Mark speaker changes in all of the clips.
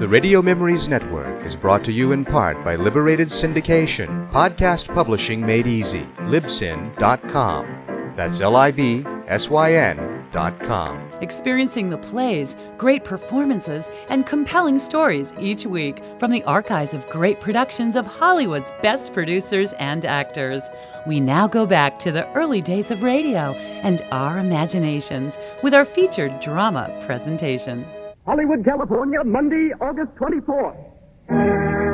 Speaker 1: The Radio Memories Network is brought to you in part by Liberated Syndication, podcast publishing made easy, libsyn.com. That's L I B S Y N.com.
Speaker 2: Experiencing the plays, great performances, and compelling stories each week from the archives of great productions of Hollywood's best producers and actors. We now go back to the early days of radio and our imaginations with our featured drama presentation.
Speaker 3: Hollywood, California, Monday, August 24th.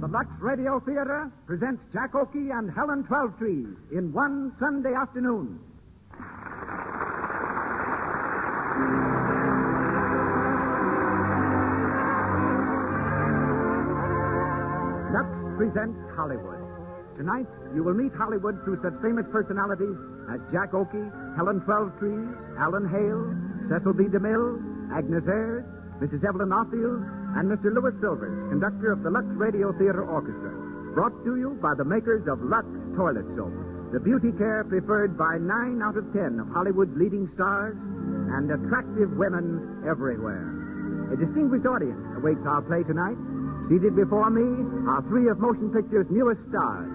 Speaker 3: The Lux Radio Theater presents Jack Oakey and Helen Twelvetrees in one Sunday afternoon. Lux presents Hollywood. Tonight, you will meet Hollywood through such famous personalities as Jack Oakey, Helen Twelvetrees, Alan Hale, Cecil B. DeMille, Agnes Ayres, Mrs. Evelyn Offield, and Mr. Louis Silvers, conductor of the Lux Radio Theater Orchestra. Brought to you by the makers of Lux Toilet Soap, the beauty care preferred by nine out of ten of Hollywood's leading stars and attractive women everywhere. A distinguished audience awaits our play tonight. Seated before me are three of motion picture's newest stars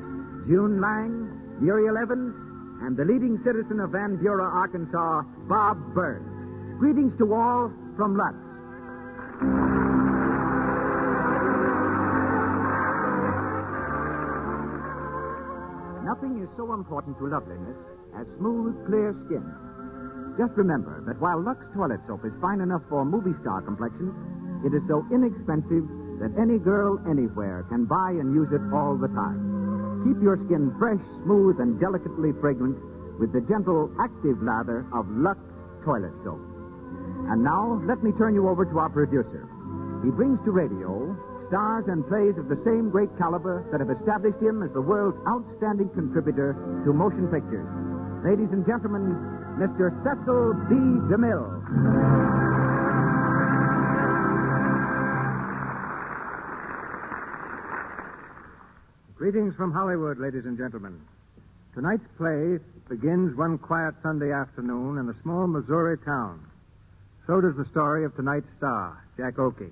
Speaker 3: June Lang, Muriel Evans, and the leading citizen of Van Buren, Arkansas, Bob Burns. Greetings to all from Lutz. Nothing is so important to loveliness as smooth, clear skin. Just remember that while Lux toilet soap is fine enough for movie star complexions, it is so inexpensive that any girl anywhere can buy and use it all the time. Keep your skin fresh, smooth, and delicately fragrant with the gentle, active lather of Lux toilet soap. And now, let me turn you over to our producer. He brings to radio stars and plays of the same great caliber that have established him as the world's outstanding contributor to motion pictures. Ladies and gentlemen, Mr. Cecil B. DeMille. Greetings from Hollywood, ladies and gentlemen. Tonight's play begins one quiet Sunday afternoon in a small Missouri town. So does the story of tonight's star, Jack Oakey.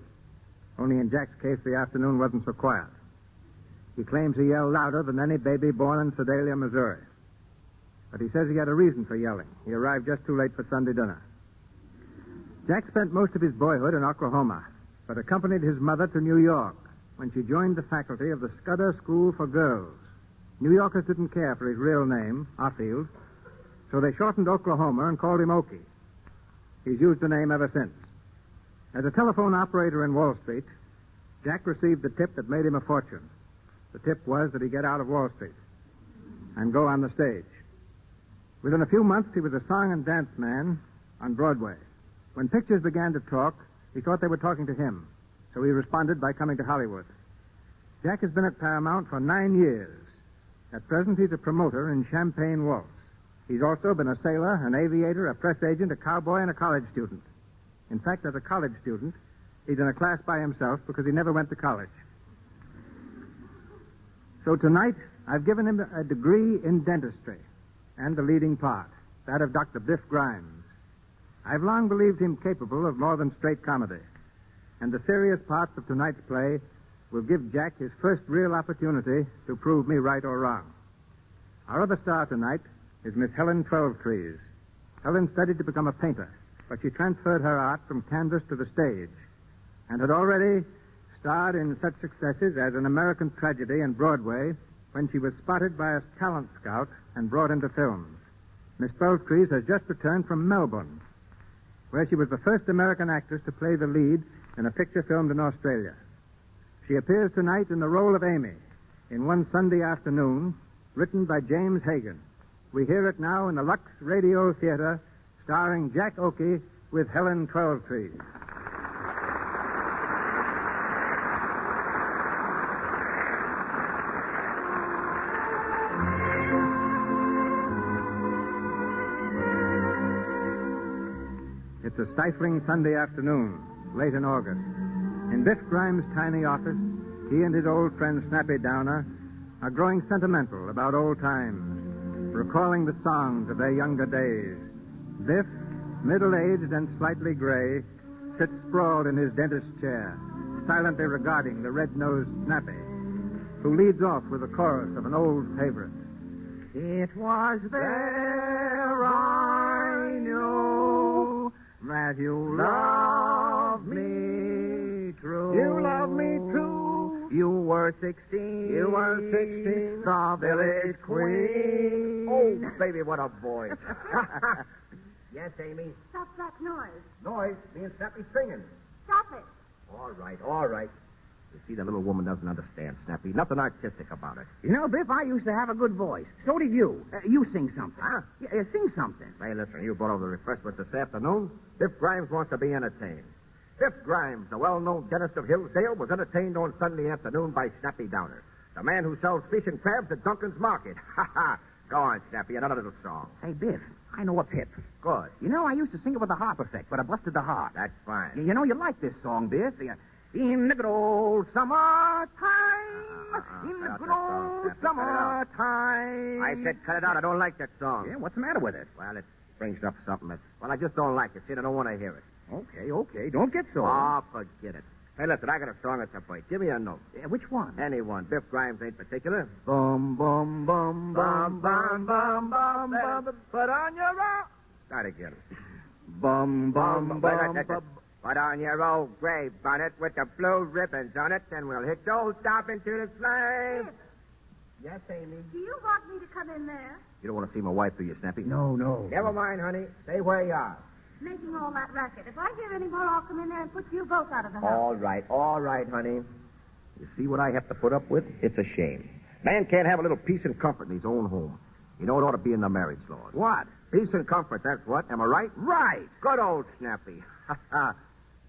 Speaker 3: Only in Jack's case, the afternoon wasn't so quiet. He claims he yelled louder than any baby born in Sedalia, Missouri. But he says he had a reason for yelling. He arrived just too late for Sunday dinner. Jack spent most of his boyhood in Oklahoma, but accompanied his mother to New York when she joined the faculty of the Scudder School for Girls. New Yorkers didn't care for his real name, Arfield, so they shortened Oklahoma and called him Okie. He's used the name ever since. As a telephone operator in Wall Street, Jack received the tip that made him a fortune. The tip was that he get out of Wall Street and go on the stage. Within a few months, he was a song and dance man on Broadway. When pictures began to talk, he thought they were talking to him, so he responded by coming to Hollywood. Jack has been at Paramount for nine years. At present, he's a promoter in Champagne Waltz. He's also been a sailor, an aviator, a press agent, a cowboy, and a college student. In fact, as a college student, he's in a class by himself because he never went to college. So tonight, I've given him a degree in dentistry and the leading part, that of Dr. Biff Grimes. I've long believed him capable of more than straight comedy, and the serious parts of tonight's play will give Jack his first real opportunity to prove me right or wrong. Our other star tonight is Miss Helen Twelvetrees. Helen studied to become a painter, but she transferred her art from canvas to the stage and had already starred in such successes as An American Tragedy and Broadway when she was spotted by a talent scout and brought into films. Miss Twelvetrees has just returned from Melbourne, where she was the first American actress to play the lead in a picture filmed in Australia. She appears tonight in the role of Amy in One Sunday Afternoon, written by James Hagan. We hear it now in the Lux Radio Theater, starring Jack Oakey with Helen Twelvetrees. It's a stifling Sunday afternoon, late in August. In Biff Grimes' tiny office,
Speaker 4: He and his old friend Snappy Downer are growing sentimental about old times, recalling the songs of their younger days. Biff, middle aged and slightly gray, sits sprawled in his dentist's chair, silently regarding the red nosed Snappy, who leads off with a chorus of an old favorite. It was there I knew that you loved me true. You loved me true. You were sixteen. You were sixteen. The village queen. Oh, baby, what a voice! yes, Amy.
Speaker 5: Stop that noise.
Speaker 4: Noise. Me and Snappy singing.
Speaker 5: Stop it.
Speaker 4: All right, all right. You see, the little woman doesn't understand Snappy. Nothing artistic about it. You know, Biff, I used to have a good voice. So did you. Uh, you sing something. Huh? Yeah, sing something. Hey, listen, you brought over the refreshments this afternoon. Biff Grimes wants to be entertained. Biff Grimes, the well-known dentist of Hillsdale, was entertained on Sunday afternoon by Snappy Downer, the man who sells fish and crabs at Duncan's Market. Ha ha! Go on, Snappy, another little song.
Speaker 6: Hey, Biff, I know a pip.
Speaker 4: Good.
Speaker 6: You know, I used to sing it with a harp effect, but I busted the harp.
Speaker 4: That's fine.
Speaker 6: You you know, you like this song, Biff. Yeah. In the good old summer time.
Speaker 4: Uh, uh, uh,
Speaker 6: in
Speaker 4: cut
Speaker 6: the
Speaker 4: out
Speaker 6: good
Speaker 4: that song,
Speaker 6: old
Speaker 4: Snappy, cut it
Speaker 6: summer
Speaker 4: out.
Speaker 6: time.
Speaker 4: I said cut it out. I don't like that song.
Speaker 6: Yeah, what's the matter with it?
Speaker 4: Well, it brings up something. That, well, I just don't like it. See, I don't want to hear it.
Speaker 6: Okay, okay. Don't get so.
Speaker 4: Oh, forget it. Hey, listen, I got a song that's a bite. Give me a note.
Speaker 6: Yeah, which one?
Speaker 4: Anyone. Biff Grimes ain't particular.
Speaker 6: Bum, bum, bum, bum, bum, bum, bum, bum.
Speaker 4: Put on your robe. Start again.
Speaker 6: Bum, bum,
Speaker 4: Wait,
Speaker 6: bum,
Speaker 4: that's it.
Speaker 6: bum.
Speaker 4: Put on your old gray bonnet with the blue ribbons on it, then we'll hit old top into the flames. Yes, Amy.
Speaker 5: Do you want me to come in there?
Speaker 4: You don't want to see my wife, do you, Snappy?
Speaker 6: No, no.
Speaker 4: Never mind, honey. Stay where you are.
Speaker 5: Making all that racket. If I hear any more, I'll come in there and put you both out of the house.
Speaker 4: All right, all right, honey. You see what I have to put up with? It's a shame. Man can't have a little peace and comfort in his own home. You know it ought to be in the marriage laws.
Speaker 6: What?
Speaker 4: Peace and comfort, that's what. Am I right?
Speaker 6: Right.
Speaker 4: Good old Snappy.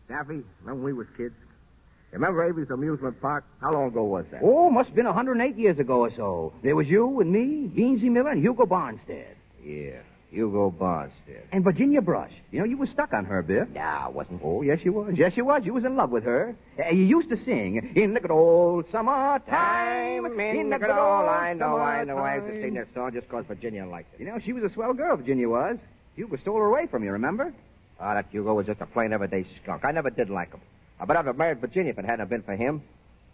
Speaker 4: Snappy, remember when we was kids? Remember Avery's amusement park? How long ago was that?
Speaker 6: Oh, must have been 108 years ago or so. There was you and me, Beansy Miller, and Hugo Barnstead.
Speaker 4: Yeah, Hugo Barnstead.
Speaker 6: And Virginia Brush. You know, you were stuck on her, Biff.
Speaker 4: Nah, wasn't he?
Speaker 6: Oh, yes, you was. Yes, you was. You was in love with her. Uh, you used to sing in the good old summertime.
Speaker 4: Time in the good old I know, I know. I used to sing that song just 'cause Virginia liked it.
Speaker 6: You know, she was a swell girl, Virginia was. Hugo stole her away from you, remember?
Speaker 4: Ah, that Hugo was just a plain everyday skunk. I never did like him. I bet I'd have married Virginia if it hadn't have been for him.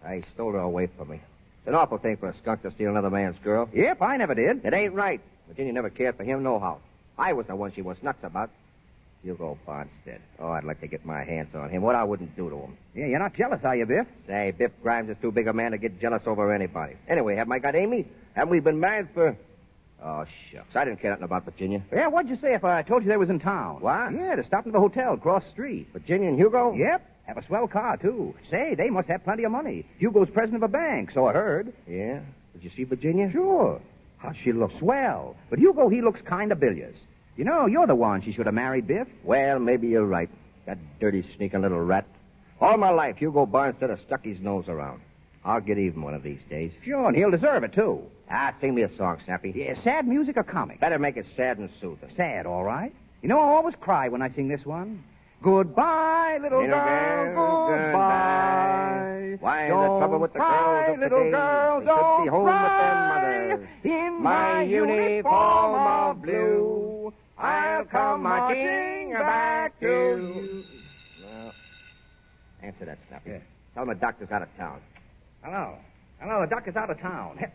Speaker 4: Ah, he stole her away from me. It's an awful thing for a skunk to steal another man's girl.
Speaker 6: Yep, I never did.
Speaker 4: It ain't right. Virginia never cared for him, nohow. I was the one she was nuts about. Hugo Bonstead. Oh, I'd like to get my hands on him. What I wouldn't do to him.
Speaker 6: Yeah, you're not jealous, are you, Biff?
Speaker 4: Say, Biff Grimes is too big a man to get jealous over anybody. Anyway, haven't I got Amy? Haven't we been married for. Oh, shucks. I didn't care nothing about Virginia.
Speaker 6: Yeah, what'd you say if I told you they was in town?
Speaker 4: What?
Speaker 6: Yeah, to stop into the hotel across the street.
Speaker 4: Virginia and Hugo?
Speaker 6: Yep. Have a swell car, too. Say, they must have plenty of money. Hugo's president of a bank, so I heard.
Speaker 4: Yeah. Did you see Virginia?
Speaker 6: Sure. How she looks swell. But Hugo, he looks kind of bilious. You know, you're the one she should have married, Biff.
Speaker 4: Well, maybe you're right. That dirty, sneaking little rat. All my life, Hugo Barnstead has stuck his nose around. I'll get even one of these days.
Speaker 6: Sure, and he'll deserve it, too.
Speaker 4: Ah, sing me a song, Snappy.
Speaker 6: Yeah, sad music or comic?
Speaker 4: Better make it sad and soothing.
Speaker 6: Sad, all right. You know, I always cry when I sing this one. Goodbye, little,
Speaker 4: Little
Speaker 6: girl,
Speaker 4: girl,
Speaker 6: goodbye.
Speaker 4: goodbye. Why is
Speaker 6: don't
Speaker 4: the trouble with the
Speaker 6: cry,
Speaker 4: girls of
Speaker 6: little
Speaker 4: today?
Speaker 6: girl,
Speaker 4: They should
Speaker 6: don't
Speaker 4: be home with
Speaker 6: cry.
Speaker 4: their mothers.
Speaker 6: In my,
Speaker 4: My
Speaker 6: uniform
Speaker 4: uniform
Speaker 6: of blue, I'll come marching back to you.
Speaker 4: Well, answer that, Snappy.
Speaker 6: Yeah.
Speaker 4: Tell him the doctor's out of town.
Speaker 6: Hello. Hello, the doctor's out of town. Did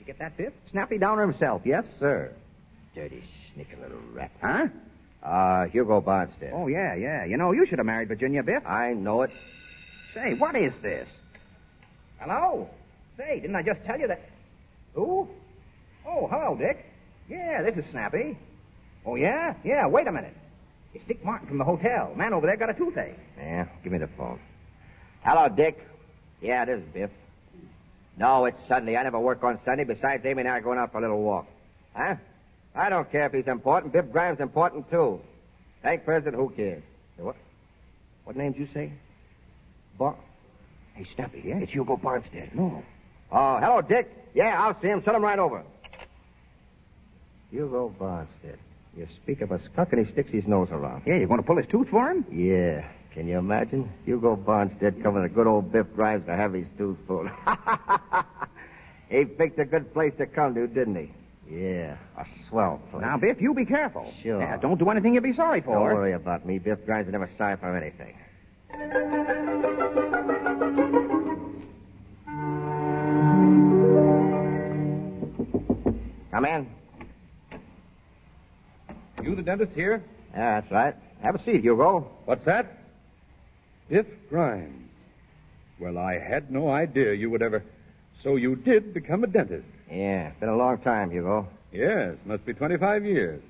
Speaker 6: you get that, Biff? Snappy Downer himself, yes, sir.
Speaker 4: Dirty, sneaking little rat.
Speaker 6: Huh?
Speaker 4: Ah, Hugo Barnstead.
Speaker 6: Oh, yeah, yeah. You know, you should have married Virginia, Biff.
Speaker 4: I know it.
Speaker 6: Say, what is this? Hello? Say, didn't I just tell you that? Who? Oh, hello, Dick. Yeah, this is Snappy. Oh, yeah? Yeah, wait a minute. It's Dick Martin from the hotel. Man over there got a toothache.
Speaker 4: Yeah, give me the phone. Hello, Dick. Yeah, it is Biff. No, it's Sunday. I never work on Sunday. Besides, Amy and I are going out for a little walk. Huh? I don't care if he's important. Biff Grimes important too. Thank President, who cares? Hey, What? What names you say? Bar. Hey, Snappy. Yeah? It's Hugo Barnstead.
Speaker 6: No.
Speaker 4: Oh, hello, Dick. Yeah, I'll see him. Send him right over. Hugo Barnstead. You speak of a skunk and he sticks his nose around.
Speaker 6: Yeah, you're going to pull his tooth for him?
Speaker 4: Yeah. Can you imagine? Hugo Barnes dead coming to good old Biff Grimes to have his toothful. he picked a good place to come to, didn't he? Yeah, a swell place.
Speaker 7: Now, Biff, you be careful.
Speaker 4: Sure.
Speaker 7: Yeah, don't do anything you'll be sorry for.
Speaker 4: Don't worry about me. Biff Grimes is never sorry for anything. Come in.
Speaker 8: You the dentist here?
Speaker 4: Yeah, that's right. Have a seat, Hugo.
Speaker 8: What's that? Biff Grimes. Well, I had no idea you would ever. So you did become a dentist.
Speaker 4: Yeah, been a long time, Hugo.
Speaker 8: Yes, must be 25 years.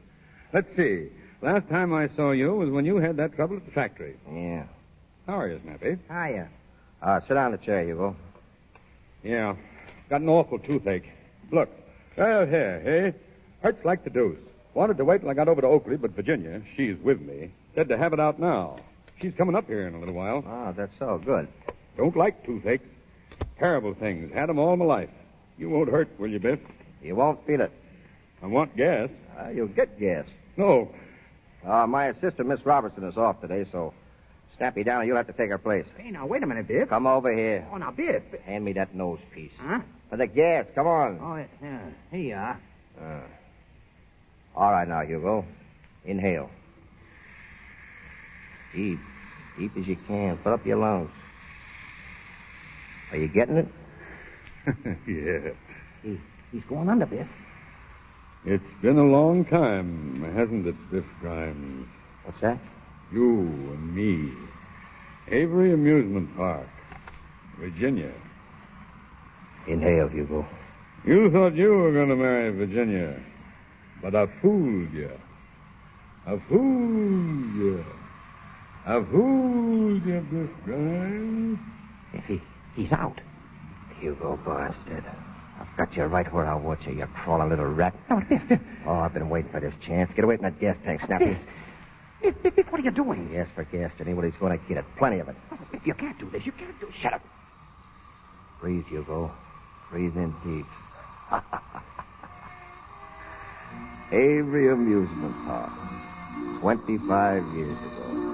Speaker 8: Let's see. Last time I saw you was when you had that trouble at the factory.
Speaker 4: Yeah.
Speaker 8: How are you, Snappy?
Speaker 4: Hiya. Uh, sit down in the chair, Hugo.
Speaker 8: Yeah. Got an awful toothache. Look, right out here, hey? Hurts like the deuce. Wanted to wait till I got over to Oakley, but Virginia, she's with me, said to have it out now. She's coming up here in a little while.
Speaker 4: Oh, that's so good.
Speaker 8: Don't like toothaches. Terrible things. Had 'em all my life. You won't hurt, will you, Biff?
Speaker 4: You won't feel it.
Speaker 8: I want gas.
Speaker 4: Uh, you'll get gas.
Speaker 8: No.
Speaker 4: Uh, my assistant, Miss Robertson, is off today, so Snappy down, you'll have to take her place.
Speaker 7: Hey, now, wait a minute, Biff.
Speaker 4: Come over here.
Speaker 7: Oh, now, Biff.
Speaker 4: Hand me that nose piece.
Speaker 7: Huh?
Speaker 4: For the gas, come on.
Speaker 7: Oh, yeah. Here you are.
Speaker 4: Uh. All right now, Hugo. Inhale. Deep. Deep as you can. Fill up your lungs. Are you getting it?
Speaker 8: yeah. Hmm.
Speaker 7: He, he's going under, Biff.
Speaker 8: It's been a long time, hasn't it, Biff Grimes?
Speaker 4: What's that?
Speaker 8: You and me. Avery Amusement Park. Virginia.
Speaker 4: Inhale, Hugo.
Speaker 8: You thought you were going to marry Virginia, but I fooled you. I fooled you. I fooled you, Biff Grimes.
Speaker 7: If he, he's out.
Speaker 4: Hugo Barnstead. I've got you right where I want you, you crawling little rat.
Speaker 7: No, Biff, Biff.
Speaker 4: Oh, I've been waiting for this chance. Get away from that gas tank, Snappy.
Speaker 7: Biff. Biff, Biff, Biff, what are you doing?
Speaker 4: He asked for gas, and anybody's going to get it. Plenty of it.
Speaker 7: Oh, Biff, you can't do this. You can't do Shut up.
Speaker 4: Breathe, Hugo. Breathe in deep. Avery Amusement Park. 25 years ago.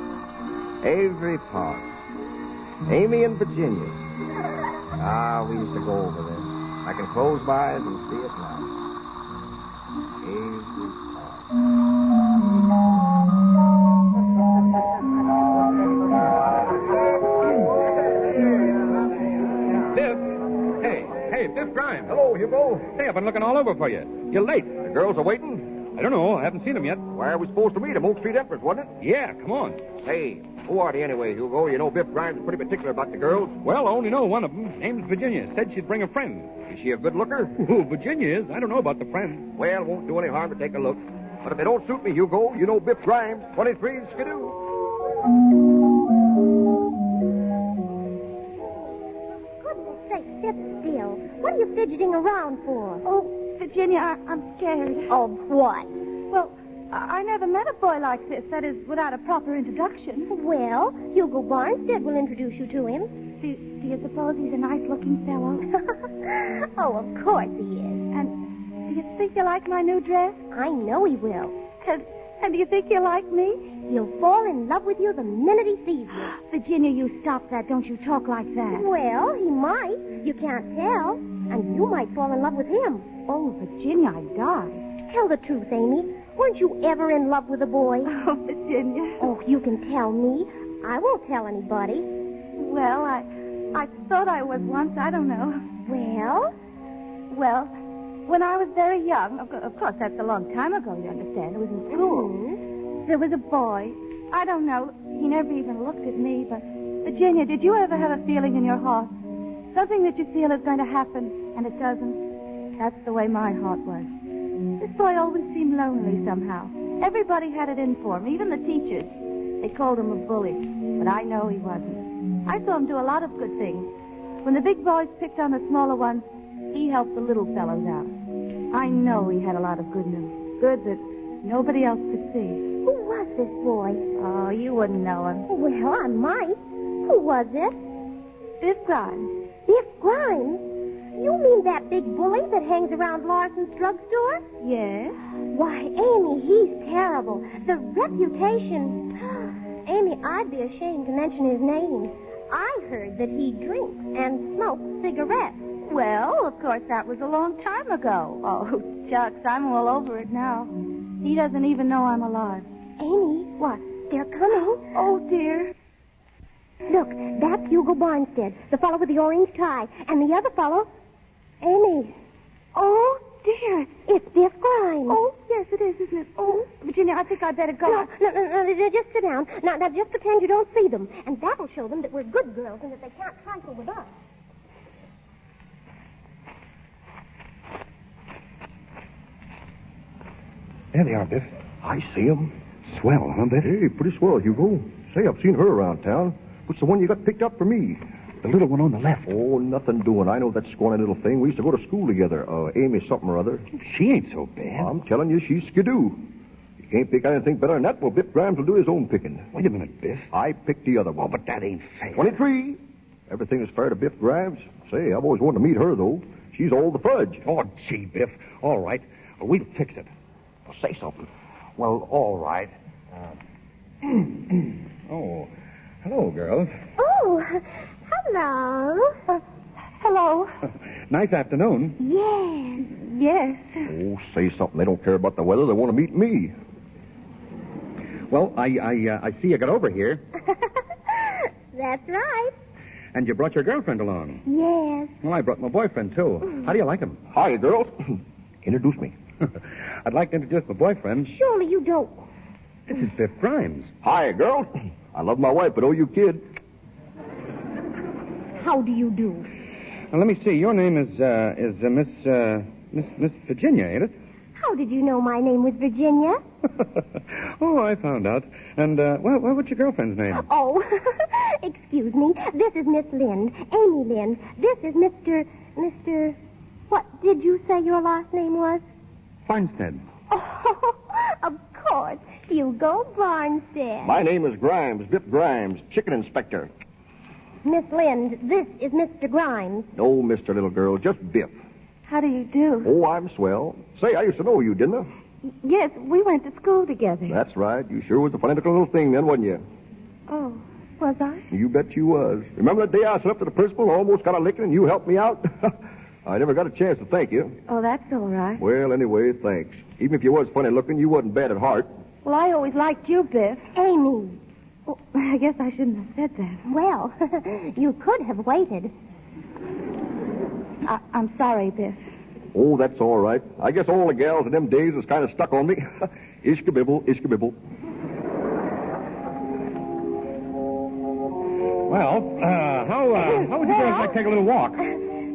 Speaker 4: Avery Park. Amy and Virginia. Ah, we used to go over there. I can close my eyes and see it now. Avery Park.
Speaker 8: Biff? Hey, hey, Biff Grimes. Hello, Hugo. Hey, I've been looking all over for you. You're late.
Speaker 4: The girls are waiting.
Speaker 8: I don't know. I haven't seen them yet.
Speaker 4: Where are we supposed to meet them? Oak Street Empress, wasn't it?
Speaker 8: Yeah, come on.
Speaker 4: Hey, who are they anyway, Hugo? You know Biff Grimes is pretty particular about the girls.
Speaker 8: Well, I only know one of them. Name's Virginia. Said she'd bring a friend.
Speaker 4: Is she a good looker?
Speaker 8: Who Virginia is? I don't know about the friend.
Speaker 4: Well, won't do any harm to take a look. But if they don't suit me, Hugo, you know Biff Grimes, 23 Skidoo.
Speaker 9: Goodness sake, sit still. What are you fidgeting around for? Oh, Virginia, I, I'm scared. Of what? Well, I I never met a boy like this. That is, without a proper introduction. Well, Hugo Barnstead will introduce you to him. Do, do you suppose he's a nice-looking fellow? oh, of course he is. And do you think he'll like my new dress? I know he will. And, and do you think he'll like me? He'll fall in love with you the minute he sees you. Virginia, you stop that. Don't you talk like that. Well, he might. You can't tell. And you might fall in love with him. Oh, Virginia, I die. Tell the truth, Amy. Weren't you ever in love with a boy? Oh, Virginia. Oh, you can tell me. I won't tell anybody. Well, I I thought I was once. I don't know. Well? Well, when I was very young, of, of course, that's a long time ago, you understand. It was in school. There was a boy. I don't know. He never even looked at me, but. Virginia, did you ever have a feeling in your heart? Something that you feel is going to happen, and it doesn't? That's the way my heart was. This boy always seemed lonely somehow. Everybody had it in for him, even the teachers. They called him a bully, but I know he wasn't. I saw him do a lot of good things. When the big boys picked on the smaller ones, he helped the little fellows out. I know he had a lot of good in him. Good that nobody else could see. Who was this boy? Oh, you wouldn't know him. Well, I might. Who was it? Biff Grimes. Biff Grimes? You mean that big bully that hangs around Larson's drugstore? Yes. Why, Amy, he's terrible. The reputation.
Speaker 5: Amy, I'd be ashamed to mention his name. I heard that he drinks and smokes cigarettes. Well, of course, that was a long time ago. Oh, Chucks, I'm all over it now. He doesn't even know I'm alive. Amy, what? They're coming. Oh, dear.
Speaker 9: Look, that's Hugo Barnstead, the fellow with the orange tie, and the other fellow, Amy.
Speaker 5: Oh, dear.
Speaker 9: It's Biff Grimes.
Speaker 5: Oh, yes, it is, isn't it? Oh, Virginia, I think I'd better go.
Speaker 9: No, no, no, no, no, just sit down. Now, now, just pretend you don't see them, and that'll show them that we're good girls and that they can't trifle with us.
Speaker 4: There they are, Biff. I see 'em. Swell, huh, Biff? Hey, pretty swell, Hugo. Say, I've seen her around town. What's the one you got picked up for me? The little one on the left. Oh, nothing doing. I know that scrawny little thing. We used to go to school together. Uh, Amy something or other.
Speaker 3: She ain't so bad.
Speaker 4: I'm telling you, she's skidoo. You can't pick anything better than that. Well, Biff Grimes will do his own picking.
Speaker 3: Wait a minute, Biff.
Speaker 4: I picked the other one.
Speaker 3: Oh, but that ain't fair.
Speaker 4: 23. Everything is fair to Biff Grimes. Say, I've always wanted to meet her, though. She's all the fudge.
Speaker 3: Oh, gee, Biff. All right. We'll fix it. Well, say something. Well, all right.
Speaker 4: Uh,
Speaker 8: Oh, hello, girls.
Speaker 9: Oh, hello.
Speaker 5: Hello.
Speaker 8: Nice afternoon.
Speaker 9: Yes.
Speaker 5: Yes.
Speaker 4: Oh, say something. They don't care about the weather. They want to meet me.
Speaker 8: Well, I I, uh, I see you got over here,
Speaker 9: That's right.
Speaker 8: and you brought your girlfriend along.
Speaker 9: Yes.
Speaker 8: Well, I brought my boyfriend too. How do you like him?
Speaker 4: Hi, girls. Introduce me.
Speaker 8: I'd like to introduce my boyfriend.
Speaker 9: Surely you don't.
Speaker 8: This is Biff Grimes.
Speaker 4: Hi, girls. I love my wife, but oh, you kid.
Speaker 9: How do you do?
Speaker 8: Now, let me see. Your name is uh, is uh, Miss uh, Miss Miss Virginia, ain't it?
Speaker 9: How did you know my name was Virginia?
Speaker 8: oh, I found out. And uh, well, well, what's your girlfriend's name?
Speaker 9: Oh, excuse me. This is Miss Lynde, Amy Lynde. This is Mr. Mr. What did you say your last name was?
Speaker 8: Farnstead.
Speaker 9: Oh, of course, Hugo Barnstead.
Speaker 4: My name is Grimes, Bip Grimes, chicken inspector.
Speaker 9: Miss Lynde, this is Mr. Grimes.
Speaker 4: No, Mr. Little Girl, just Bip.
Speaker 5: How do you do?
Speaker 4: Oh, I'm swell. Say, I used to know you, didn't I?
Speaker 5: Yes, we went to school together.
Speaker 4: That's right. You sure was a funny looking little thing then, wasn't you?
Speaker 5: Oh, was I?
Speaker 4: You bet you was. Remember that day I slept at the principal and almost got a licking and you helped me out? I never got a chance to thank you.
Speaker 5: Oh, that's all right.
Speaker 4: Well, anyway, thanks. Even if you was funny looking, you wasn't bad at heart.
Speaker 5: Well, I always liked you, Biff.
Speaker 9: Amy.
Speaker 5: Oh, I guess I shouldn't have said that.
Speaker 9: Well, you could have waited.
Speaker 5: I, I'm sorry, Biff.
Speaker 4: Oh, that's all right. I guess all the gals in them days is kind of stuck on me. ishkabibble, ishkabibble.
Speaker 8: Well, uh, how uh, how would you girls like to take a little walk?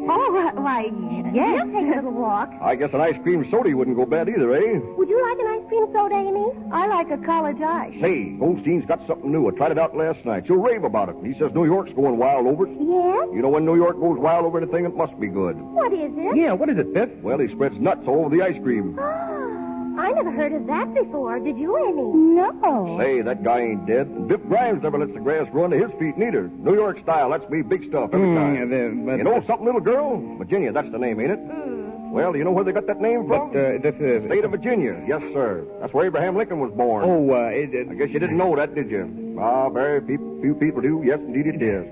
Speaker 5: Oh, why, yes.
Speaker 9: You'll take a little walk.
Speaker 4: I guess an ice cream soda wouldn't go bad either, eh?
Speaker 9: Would you like an ice cream soda, Amy?
Speaker 5: I like a college ice.
Speaker 4: Say, Goldstein's got something new. I tried it out last night. You'll rave about it. He says New York's going wild over it.
Speaker 9: Yes.
Speaker 4: You know, when New York goes wild over anything, it must be good.
Speaker 9: What is it?
Speaker 8: Yeah, what is it, Biff?
Speaker 4: Well, he spreads nuts all over the ice cream.
Speaker 9: Ah, I never heard of that before. Did you, Amy?
Speaker 5: No.
Speaker 4: Say, that guy ain't dead. And Biff Grimes never lets the grass grow under his feet, neither. New York style, that's me, big stuff every time.
Speaker 8: Hmm, yeah, the- but-
Speaker 4: You know something, little girl? Virginia, that's the name, ain't it? Well, do you know where they got that name
Speaker 8: But
Speaker 4: from?
Speaker 8: uh, this is.
Speaker 4: State of Virginia. Yes, sir. That's where Abraham Lincoln was born.
Speaker 8: Oh, uh, it, it-
Speaker 4: I guess you didn't know that, did you? Ah, very few, few people do. Yes, indeed it is.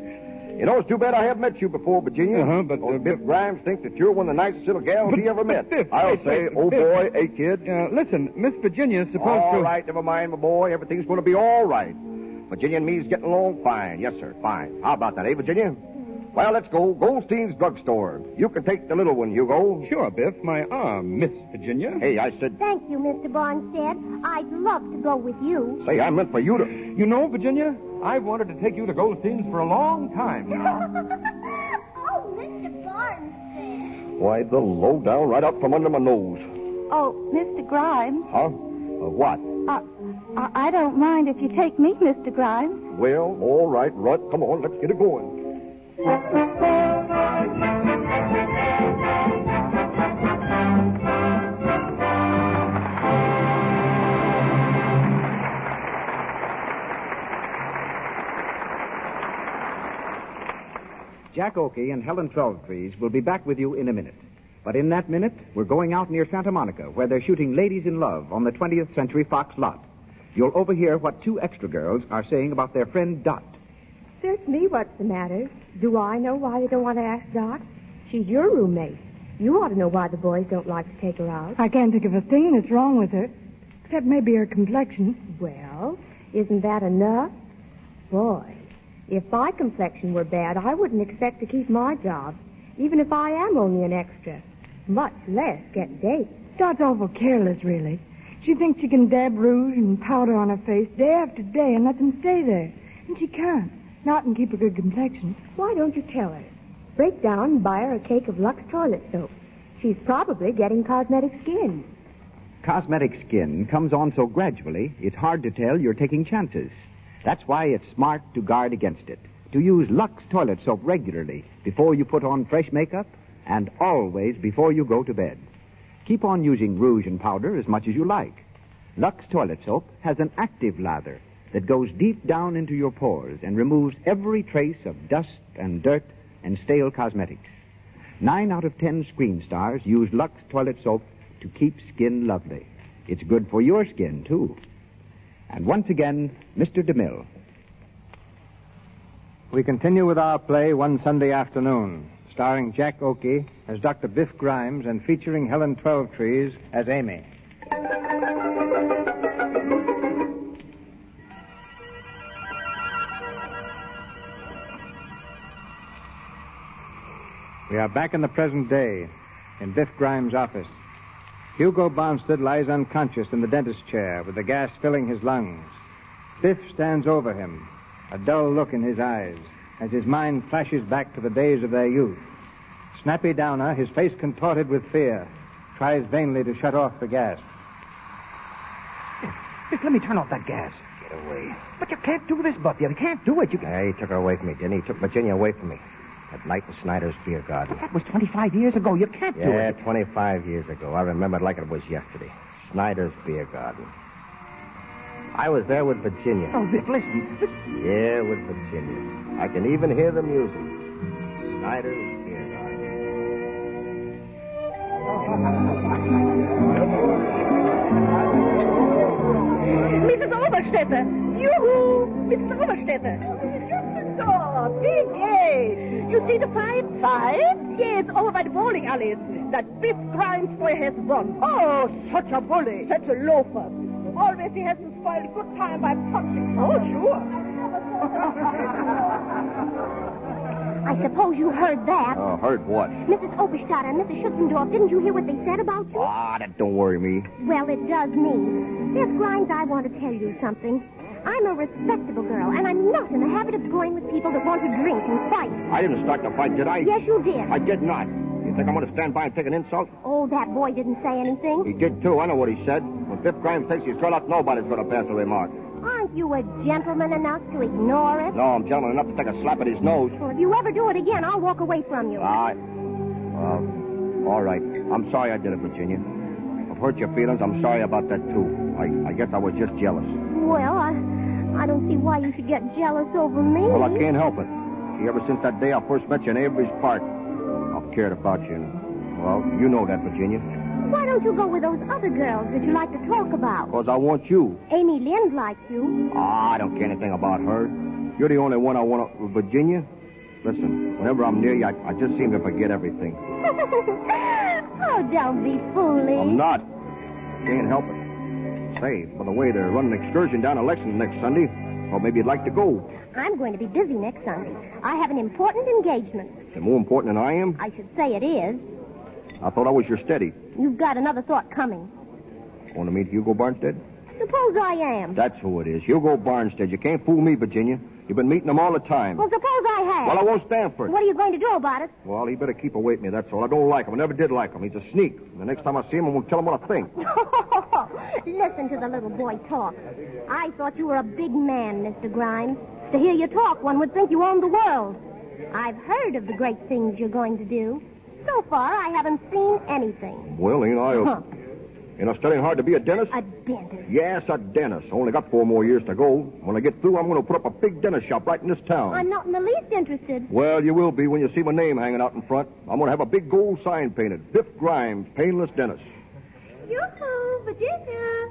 Speaker 4: You know, it's too bad I haven't met you before, Virginia.
Speaker 8: Uh-huh, but,
Speaker 4: Oh,
Speaker 8: uh,
Speaker 4: Biff Grimes thinks that you're one of the nicest little gals he ever met.
Speaker 8: but Biff,
Speaker 4: I'll
Speaker 8: wait,
Speaker 4: say,
Speaker 8: wait,
Speaker 4: oh
Speaker 8: Biff.
Speaker 4: boy, hey kid.
Speaker 8: Uh, listen, Miss Virginia is supposed
Speaker 4: All
Speaker 8: to.
Speaker 4: right, never mind, my boy. Everything's going to be all right. Virginia and me's getting along fine. Yes, sir, fine. How about that, eh, Virginia? Well, let's go. Goldstein's drugstore. You can take the little one, Hugo.
Speaker 8: Sure, Biff, my arm, Miss Virginia.
Speaker 4: Hey, I said,
Speaker 9: Thank you, Mr. Barnstead. I'd love to go with you.
Speaker 4: say, I meant for you to.
Speaker 8: You know, Virginia, I've wanted to take you to Goldstein's for a long time now.
Speaker 9: oh, Mr. Barnstead.
Speaker 4: Why, the low down right up from under my nose.
Speaker 5: Oh, Mr. Grimes,
Speaker 4: Huh? Uh, what?
Speaker 5: I, I, I don't mind if you take me, Mr. Grimes.
Speaker 4: Well, all right, Rutt. Come on, let's get it going.
Speaker 6: Jack Oakey and Helen Twelvetrees will be back with you in a minute. But in that minute, we're going out near Santa Monica, where they're shooting Ladies in Love on the 20th Century Fox lot. You'll overhear what two extra girls are saying about their friend Dot.
Speaker 5: Search me what's the matter. Do I know why you don't want to ask Dot? She's your roommate. You ought to know why the boys don't like to take her out.
Speaker 10: I can't think of a thing that's wrong with her, except maybe her complexion.
Speaker 5: Well, isn't that enough? Boy, if my complexion were bad, I wouldn't expect to keep my job, even if I am only an extra, much less get dates.
Speaker 10: Dot's awful careless, really. She thinks she can dab rouge and powder on her face day after day and let them stay there. And she can't. Not and keep a good complexion.
Speaker 5: Why don't you tell her? Break down and buy her a cake of Lux toilet soap. She's probably getting cosmetic skin.
Speaker 6: Cosmetic skin comes on so gradually, it's hard to tell you're taking chances. That's why it's smart to guard against it. To use Lux toilet soap regularly before you put on fresh makeup and always before you go to bed. Keep on using rouge and powder as much as you like. Lux toilet soap has an active lather that goes deep down into your pores and removes every trace of dust and dirt and stale cosmetics. Nine out of ten screen stars use Lux toilet soap to keep skin lovely. It's good for your skin, too. And once again, Mr. DeMille.
Speaker 3: We continue with our play one Sunday afternoon, starring Jack Oakey as Dr. Biff Grimes and featuring Helen Twelve Trees as Amy. We are back in the present day, in Biff Grimes' office. Hugo Bonstead lies unconscious in the dentist's chair with the gas filling his lungs. Biff stands over him, a dull look in his eyes, as his mind flashes back to the days of their youth. Snappy Downer, his face contorted with fear, tries vainly to shut off the gas.
Speaker 11: Just let me turn off that gas.
Speaker 4: Get away.
Speaker 11: But you can't do this, Buffy. You can't do it. You
Speaker 4: Yeah, he took her away from me, didn't he? He took Virginia away from me. That night in Snyder's beer garden.
Speaker 11: That was 25 years ago. You can't do
Speaker 4: Yeah,
Speaker 11: it.
Speaker 4: 25 years ago. I remember it like it was yesterday. Snyder's Beer Garden. I was there with Virginia.
Speaker 11: Oh, Vic, listen. listen.
Speaker 4: Yeah, with Virginia. I can even hear the music. Snyder's Beer
Speaker 12: Mrs. Overstetter! Yoo-hoo! Mrs. Overstetter! Oh, big A! You see the five? Five? Yes, over by the bowling alley. That Biff Grimes boy has won. Oh, such a bully. Such a loafer. Always he has to spoil a good time by punching. Oh, sure.
Speaker 9: I suppose you heard that.
Speaker 4: Oh, heard what?
Speaker 9: Mrs. Oberstadt and Mrs. Schutzendorf, didn't you hear what they said about you?
Speaker 4: Ah, that don't worry me.
Speaker 9: Well, it does me. Miss Grimes, I want to tell you something. I'm a respectable girl, and I'm not in the habit of going with people that want to drink and fight.
Speaker 4: I didn't start the fight, did I?
Speaker 9: Yes, you did.
Speaker 4: I did not. You think I'm going to stand by and take an insult?
Speaker 9: Oh, that boy didn't say anything.
Speaker 4: He did, too. I know what he said. When Biff Grimes thinks he's shut up, nobody's going to pass a remark.
Speaker 9: Aren't you a gentleman enough to ignore it?
Speaker 4: No, I'm gentleman enough to take a slap at his nose.
Speaker 9: Well, if you ever do it again, I'll walk away from you.
Speaker 4: I. Well, all right. I'm sorry I did it, Virginia. I've hurt your feelings. I'm sorry about that, too. I, I guess I was just jealous.
Speaker 9: Well, I, I don't see why you should get jealous over me.
Speaker 4: Well, I can't help it. See, ever since that day I first met you in Avery's Park, I've cared about you. and, Well, you know that, Virginia.
Speaker 9: Why don't you go with those other girls that you like to talk about?
Speaker 4: Because I want you.
Speaker 9: Amy Lind likes you.
Speaker 4: Ah, I don't care anything about her. You're the only one I want to. Virginia? Listen, whenever I'm near you, I, I just seem to forget everything.
Speaker 9: oh, don't be foolish.
Speaker 4: I'm not. Can't help it. Say, by the way, they're running an excursion down to Lexington next Sunday. Or maybe you'd like to go.
Speaker 9: I'm going to be busy next Sunday. I have an important engagement.
Speaker 4: Is it more important than I am?
Speaker 9: I should say it is.
Speaker 4: I thought I was your steady.
Speaker 9: You've got another thought coming.
Speaker 4: Want to meet Hugo Barnstead?
Speaker 9: Suppose I am.
Speaker 4: That's who it is. Hugo Barnstead. You can't fool me, Virginia. You've been meeting him all the time.
Speaker 9: Well, suppose I have.
Speaker 4: Well, I won't stand for it.
Speaker 9: What are you going to do about it?
Speaker 4: Well, he better keep away from me, that's all. I don't like him. I never did like him. He's a sneak. The next time I see him, I'm going to tell him what I think.
Speaker 9: Listen to the little boy talk. I thought you were a big man, Mr. Grimes. To hear you talk, one would think you owned the world. I've heard of the great things you're going to do. So far, I haven't seen anything.
Speaker 4: Well, ain't I?
Speaker 9: Huh.
Speaker 4: A... Ain't I studying hard to be a dentist?
Speaker 9: A dentist.
Speaker 4: Yes, a dentist. Only got four more years to go. When I get through, I'm going to put up a big dentist shop right in this town.
Speaker 9: I'm not in the least interested.
Speaker 4: Well, you will be when you see my name hanging out in front. I'm going to have a big gold sign painted. Biff Grimes, painless dentist.
Speaker 9: You too, Virginia.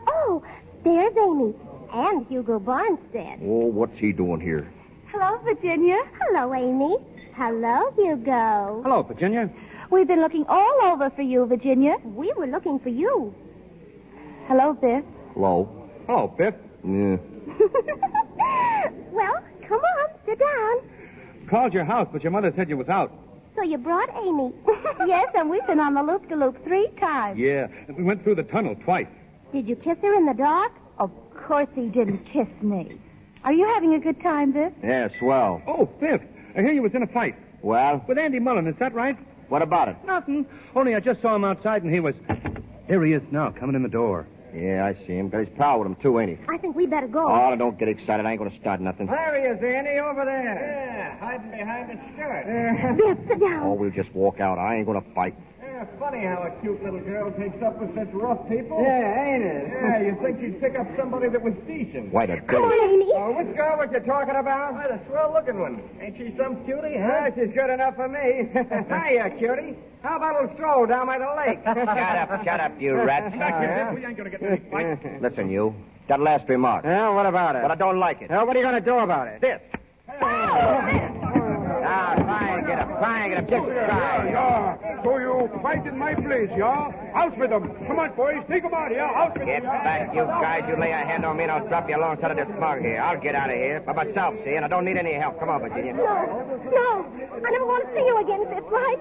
Speaker 9: Oh, there's Amy.
Speaker 5: And Hugo Barnstead.
Speaker 12: Oh, what's he doing here?
Speaker 5: Hello, Virginia. Hello, Amy. Hello, Hugo.
Speaker 8: Hello, Virginia.
Speaker 5: We've been looking all over for you, Virginia. We were looking for you. Hello, Biff.
Speaker 12: Hello.
Speaker 8: Hello, Oh, Biff.
Speaker 12: Yeah.
Speaker 5: well, come on, sit down.
Speaker 8: Called your house, but your mother said you was out.
Speaker 5: So you brought Amy. yes, and we've been on the loop de loop three times.
Speaker 8: Yeah. We went through the tunnel twice.
Speaker 5: Did you kiss her in the dark? Of course he didn't kiss me. Are you having a good time, Biff?
Speaker 12: Yeah, swell.
Speaker 8: Oh, Biff, I hear you was in a fight.
Speaker 12: Well?
Speaker 8: With Andy Mullen, is that right?
Speaker 12: What about it?
Speaker 8: Nothing. Only I just saw him outside and he was. Here he is now, coming in the door.
Speaker 12: Yeah, I see him. Got his pal with him, too, ain't he?
Speaker 5: I think we better go.
Speaker 12: Oh, don't get excited. I ain't going to start nothing.
Speaker 9: There he is, Andy, over there. Yeah, hiding behind the skirt.
Speaker 5: Biff, sit down.
Speaker 12: Oh, we'll just walk out. I ain't going to fight.
Speaker 9: Yeah, funny how a cute little girl takes up with such rough people. Yeah, ain't it? Yeah, you think she'd pick up somebody that was decent.
Speaker 12: Wait a
Speaker 9: Come
Speaker 12: minute.
Speaker 9: Oh, which girl was you talking about? Why, the swell looking one. Ain't she some cutie, huh? she's good enough for me. Hiya, cutie. How about a little stroll down by the lake?
Speaker 4: Shut up, shut up, you rat.
Speaker 6: Oh,
Speaker 9: Back here, Dick. We ain't gonna get in any fight.
Speaker 4: Listen, you. That last remark.
Speaker 9: Yeah, what about it?
Speaker 4: But I don't like it.
Speaker 9: Well, what are you going to do about it?
Speaker 4: This. Now, try and get up. Try and get up. Just try.
Speaker 13: Yeah. So you fight in my place, yeah? Out with them. Come on, boys. Take them out, yeah? Out with
Speaker 4: Get
Speaker 13: them. yeah?
Speaker 4: back, you guys. You lay a hand on me, and I'll drop you alongside of this mug here. I'll get out of here by myself, see, and I don't need any help. Come on, Virginia.
Speaker 5: No, no. I never want to see you again, Biff, right?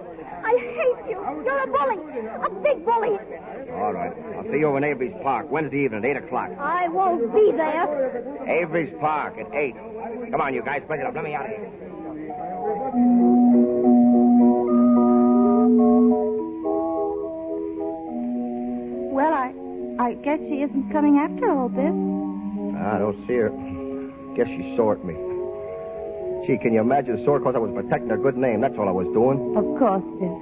Speaker 5: I hate you. You're a bully. A big bully.
Speaker 4: All right. I'll see you over in Avery's Park Wednesday evening at 8 o'clock.
Speaker 5: I won't be there.
Speaker 4: Avery's Park at 8. Come on, you guys. Break it up. Let me out of here.
Speaker 5: Well, I I guess she isn't coming after all, Biff.
Speaker 4: Ah, I don't see her. Guess she saw at me. Gee, can you imagine sore because I was protecting her good name? That's all I was doing.
Speaker 5: Of course, Biff.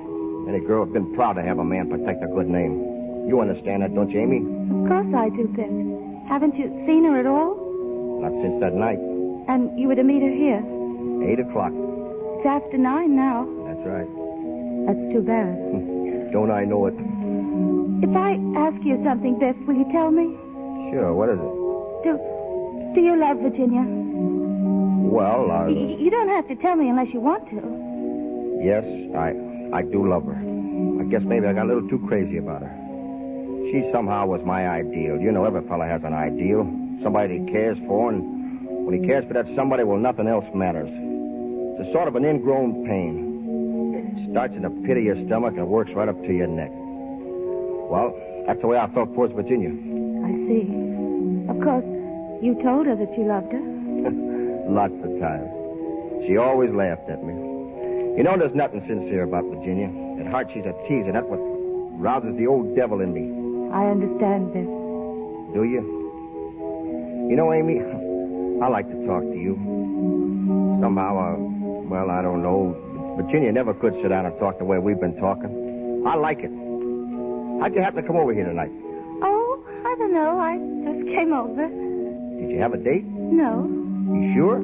Speaker 4: Any girl would have been proud to have a man protect her good name. You understand that, don't you, Amy?
Speaker 5: Of course I do, Biff. Haven't you seen her at all?
Speaker 4: Not since that night.
Speaker 5: And you were to meet her here.
Speaker 4: Eight o'clock.
Speaker 5: It's after nine now.
Speaker 4: That's right.
Speaker 5: That's too bad.
Speaker 4: Don't I know it?
Speaker 5: If I ask you something, Biff, will you tell me?
Speaker 4: Sure, what is it?
Speaker 5: Do Do you love Virginia?
Speaker 4: Well, uh, I,
Speaker 5: Y- y- you don't have to tell me unless you want to.
Speaker 4: yes, I, I do love her. I guess maybe I got a little too crazy about her. She somehow was my ideal. You know, every fella has an ideal. Somebody he cares for, and when he cares for that somebody, well, nothing else matters. It's a sort of an ingrown pain. It starts in the pit of your stomach and works right up to your neck. Well, that's the way I felt towards Virginia.
Speaker 5: I see. Of course, you told her that you loved her.
Speaker 4: Lots of times. She always laughed at me. You know, there's nothing sincere about Virginia. At heart, she's a teaser. That's what rouses the old devil in me.
Speaker 5: I understand, Biff.
Speaker 4: Do you? You know, Amy, I like to talk to you. Somehow, uh, well, I don't know. Virginia never could sit down and talk the way we've been talking. I like it. How'd you happen to come over here tonight?
Speaker 5: Oh, I don't know. I just came over.
Speaker 4: Did you have a date?
Speaker 5: No,
Speaker 4: You sure?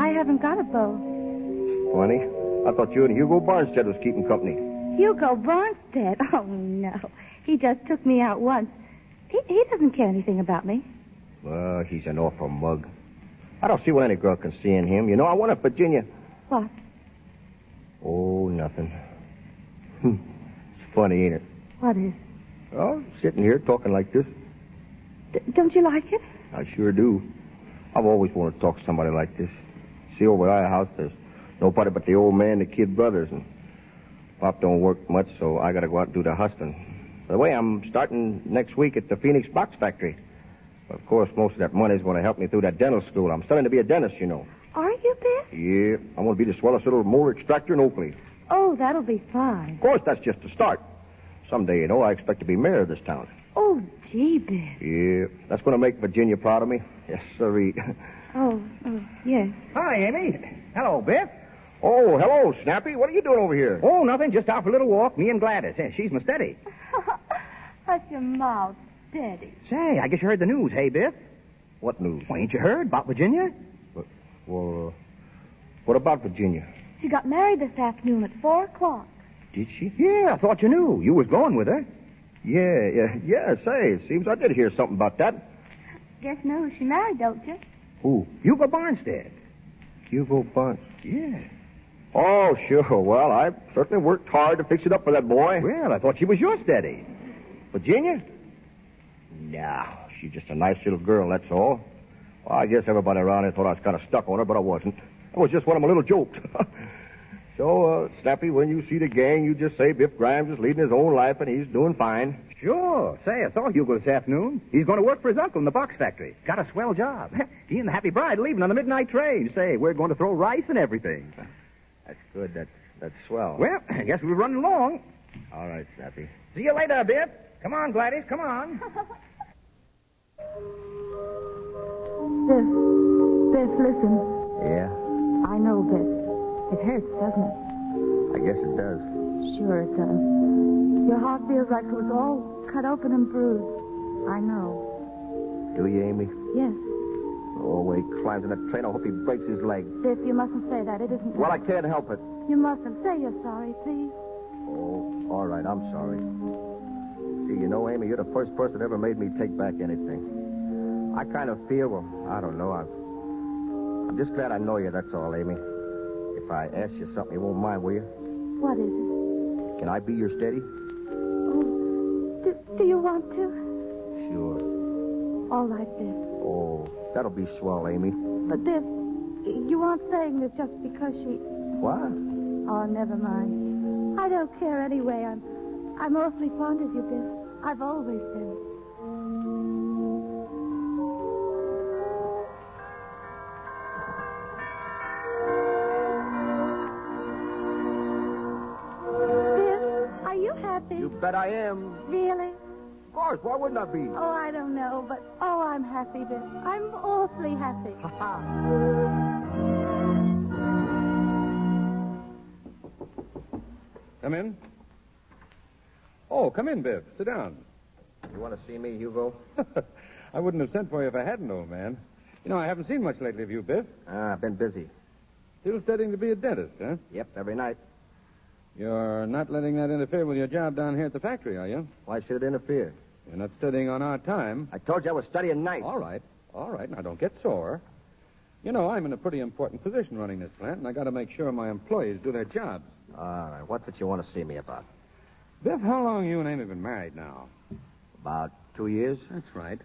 Speaker 5: I haven't got a beau.
Speaker 4: Funny. I thought you and Hugo Barnstead was keeping company.
Speaker 5: Hugo Barnstead. Oh, no. He just took me out once. He, he doesn't care anything about me.
Speaker 4: Well, he's an awful mug. I don't see what any girl can see in him. You know, I wonder if Virginia.
Speaker 5: What?
Speaker 4: Oh, nothing. Hmm. it's funny, ain't it?
Speaker 5: What is?
Speaker 4: Oh, sitting here talking like this.
Speaker 5: D- don't you like it?
Speaker 4: I sure do. I've always wanted to talk to somebody like this. See, over at our house, there's nobody but the old man and the kid brothers, and Pop don't work much, so I gotta go out and do the hustling. By the way, I'm starting next week at the Phoenix Box Factory. Of course, most of that money's gonna help me through that dental school. I'm studying to be a dentist, you know.
Speaker 5: Are you, Biff?
Speaker 4: Yeah, I'm gonna be the swellest little molar extractor in Oakley.
Speaker 5: Oh, that'll be fine.
Speaker 4: Of course, that's just the start. Someday, you know, I expect to be mayor of this town.
Speaker 5: Oh, gee, Biff.
Speaker 4: Yeah, that's gonna make Virginia proud of me. Yes, sirree.
Speaker 5: Oh, oh, yes.
Speaker 9: Hi, Amy. Hello, Biff.
Speaker 4: Oh, hello, Snappy. What are you doing over here?
Speaker 9: Oh, nothing. Just out for a little walk. Me and Gladys. Yeah, she's my steady.
Speaker 5: Hush your mouth, Daddy.
Speaker 9: Say, I guess you heard the news, hey, Biff?
Speaker 4: What news?
Speaker 9: Well, ain't you heard about Virginia?
Speaker 4: Well, uh, what about Virginia?
Speaker 5: She got married this afternoon at four o'clock.
Speaker 4: Did she?
Speaker 9: Yeah, I thought you knew. You was going with her.
Speaker 4: Yeah, yeah, yeah. Say, it seems I did hear something about that.
Speaker 14: Just know who she married, don't you?
Speaker 15: Who? Hugo Barnstead. Hugo Barn. Yeah. Oh, sure. Well, I certainly worked hard to fix it up for that boy. Well, I thought she was your steady. Virginia? No, she's just a nice little girl, that's all. Well, I guess everybody around here thought I was kind of stuck on her, but I wasn't. I was just one of my little jokes. so, uh, Snappy, when you see the gang, you just say Biff Grimes is leading his own life and he's doing fine.
Speaker 16: Sure. Say, I saw Hugo this afternoon. He's going to work for his uncle in the box factory. Got a swell job. he and the happy bride leaving on the midnight train. Say, we're going to throw rice and everything.
Speaker 4: That's good. That's, that's swell.
Speaker 16: Well, I guess we're running along.
Speaker 4: All right, Snappy.
Speaker 7: See you later, Biff. Come on, Gladys. Come on.
Speaker 5: Biff, Biff, listen.
Speaker 4: Yeah,
Speaker 5: I know, Biff. It hurts, doesn't it?
Speaker 4: I guess it does.
Speaker 5: Sure it does. Your heart feels like it was all cut open and bruised. I know.
Speaker 4: Do you, Amy?
Speaker 5: Yes.
Speaker 4: Oh, when he climbs in that train, I hope he breaks his leg.
Speaker 5: Biff, you mustn't say that. It isn't.
Speaker 4: Well, I can't help it.
Speaker 5: You mustn't. Say you're sorry, please.
Speaker 4: Oh, all right, I'm sorry. See, you know, Amy, you're the first person that ever made me take back anything. I kind of feel, well, I don't know. I'm, I'm just glad I know you, that's all, Amy. If I ask you something, you won't mind, will you?
Speaker 5: What is it?
Speaker 4: Can I be your steady?
Speaker 5: Do, do you want to?
Speaker 4: Sure.
Speaker 5: All right, Biff.
Speaker 4: Oh, that'll be swell, Amy.
Speaker 5: But Biff, y- you aren't saying this just because she.
Speaker 4: What?
Speaker 5: Oh, never mind. I don't care anyway. I'm, I'm awfully fond of you, Biff. I've always been. Biff, are you happy?
Speaker 4: You bet I am.
Speaker 5: Really?
Speaker 4: Of course, why wouldn't I be?
Speaker 5: Oh, I don't know, but oh, I'm happy, Biff. I'm awfully happy.
Speaker 8: Come in. Oh, come in, Biff. Sit down.
Speaker 4: You want to see me, Hugo?
Speaker 8: I wouldn't have sent for you if I hadn't, old man. You know, I haven't seen much lately of you, Biff.
Speaker 4: Ah, I've been busy.
Speaker 8: Still studying to be a dentist, huh?
Speaker 4: Yep, every night.
Speaker 8: You're not letting that interfere with your job down here at the factory, are you?
Speaker 4: Why should it interfere?
Speaker 8: You're not studying on our time.
Speaker 4: I told you I was studying nights.
Speaker 8: All right. All right. Now, don't get sore. You know, I'm in a pretty important position running this plant, and I got to make sure my employees do their jobs.
Speaker 4: All right, what's it you want to see me about?
Speaker 8: Biff, how long you and Amy been married now?
Speaker 4: About two years.
Speaker 8: That's right.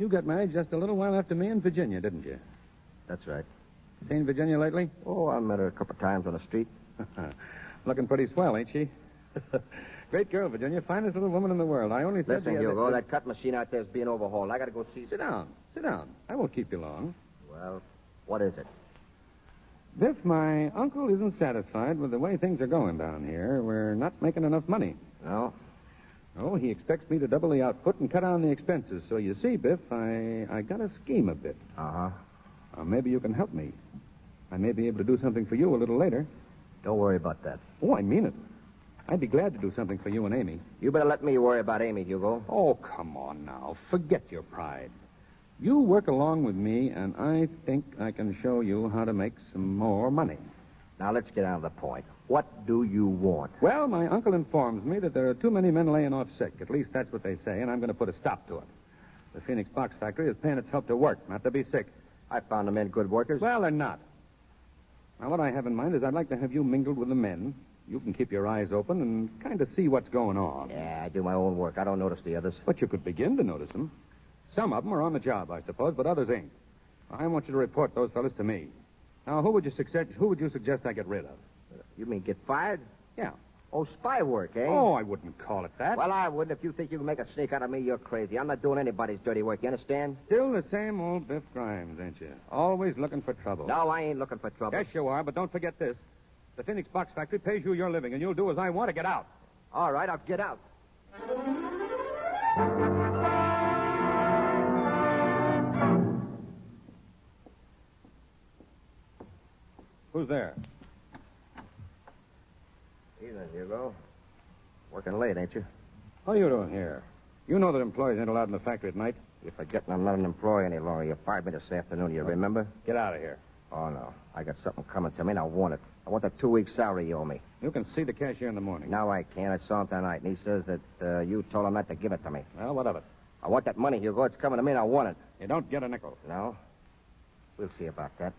Speaker 8: You got married just a little while after me in Virginia, didn't you?
Speaker 4: That's right.
Speaker 8: Seen Virginia lately?
Speaker 4: Oh, I met her a couple of times on the street.
Speaker 8: Looking pretty swell, ain't she? Great girl, Virginia. Finest little woman in the world. I only said
Speaker 4: Listen,
Speaker 8: the other-
Speaker 4: Hugo, that cut machine out there's being overhauled. I gotta go see.
Speaker 8: Sit down. Sit down. I won't keep you long.
Speaker 4: Well, what is it?
Speaker 8: Biff, my uncle isn't satisfied with the way things are going down here. We're not making enough money.
Speaker 4: No?
Speaker 8: Oh, he expects me to double the output and cut down the expenses. So you see, Biff, I, I got a scheme a bit.
Speaker 4: Uh huh.
Speaker 8: Uh, maybe you can help me. I may be able to do something for you a little later.
Speaker 4: Don't worry about that.
Speaker 8: Oh, I mean it. I'd be glad to do something for you and Amy.
Speaker 4: You better let me worry about Amy, Hugo.
Speaker 8: Oh, come on now. Forget your pride. You work along with me, and I think I can show you how to make some more money.
Speaker 4: Now let's get down to the point. What do you want?
Speaker 8: Well, my uncle informs me that there are too many men laying off sick. At least that's what they say, and I'm going to put a stop to it. The Phoenix Box Factory is paying its help to work, not to be sick.
Speaker 4: I found the men good workers.
Speaker 8: Well, they're not. Now, what I have in mind is I'd like to have you mingled with the men. You can keep your eyes open and kind of see what's going on.
Speaker 4: Yeah, I do my own work. I don't notice the others.
Speaker 8: But you could begin to notice them. Some of them are on the job, I suppose, but others ain't. I want you to report those fellas to me. Now, who would you suggest? Who would you suggest I get rid of?
Speaker 4: You mean get fired?
Speaker 8: Yeah.
Speaker 4: Oh, spy work, eh?
Speaker 8: Oh, I wouldn't call it that.
Speaker 4: Well, I wouldn't. If you think you can make a snake out of me, you're crazy. I'm not doing anybody's dirty work. You understand?
Speaker 8: Still the same old Biff Grimes, ain't you? Always looking for trouble.
Speaker 4: No, I ain't looking for trouble.
Speaker 8: Yes, you are, but don't forget this. The Phoenix Box Factory pays you your living, and you'll do as I want to get out.
Speaker 4: All right, I'll get out.
Speaker 8: Who's there?
Speaker 4: Evening, Hugo. Working late, ain't you?
Speaker 8: What are you doing here? You know that employees ain't allowed in the factory at night.
Speaker 4: You're forgetting I'm not an employee any longer. You fired me this afternoon, you remember?
Speaker 8: Get out of here.
Speaker 4: Oh, no. I got something coming to me, and I want it. I want that two week salary you owe me.
Speaker 8: You can see the cashier in the morning.
Speaker 4: Now I can't. I saw him tonight, and he says that uh, you told him not to give it to me.
Speaker 8: Well, what of it?
Speaker 4: I want that money, Hugo. It's coming to me, and I want it. You don't get a nickel. No? We'll see about that.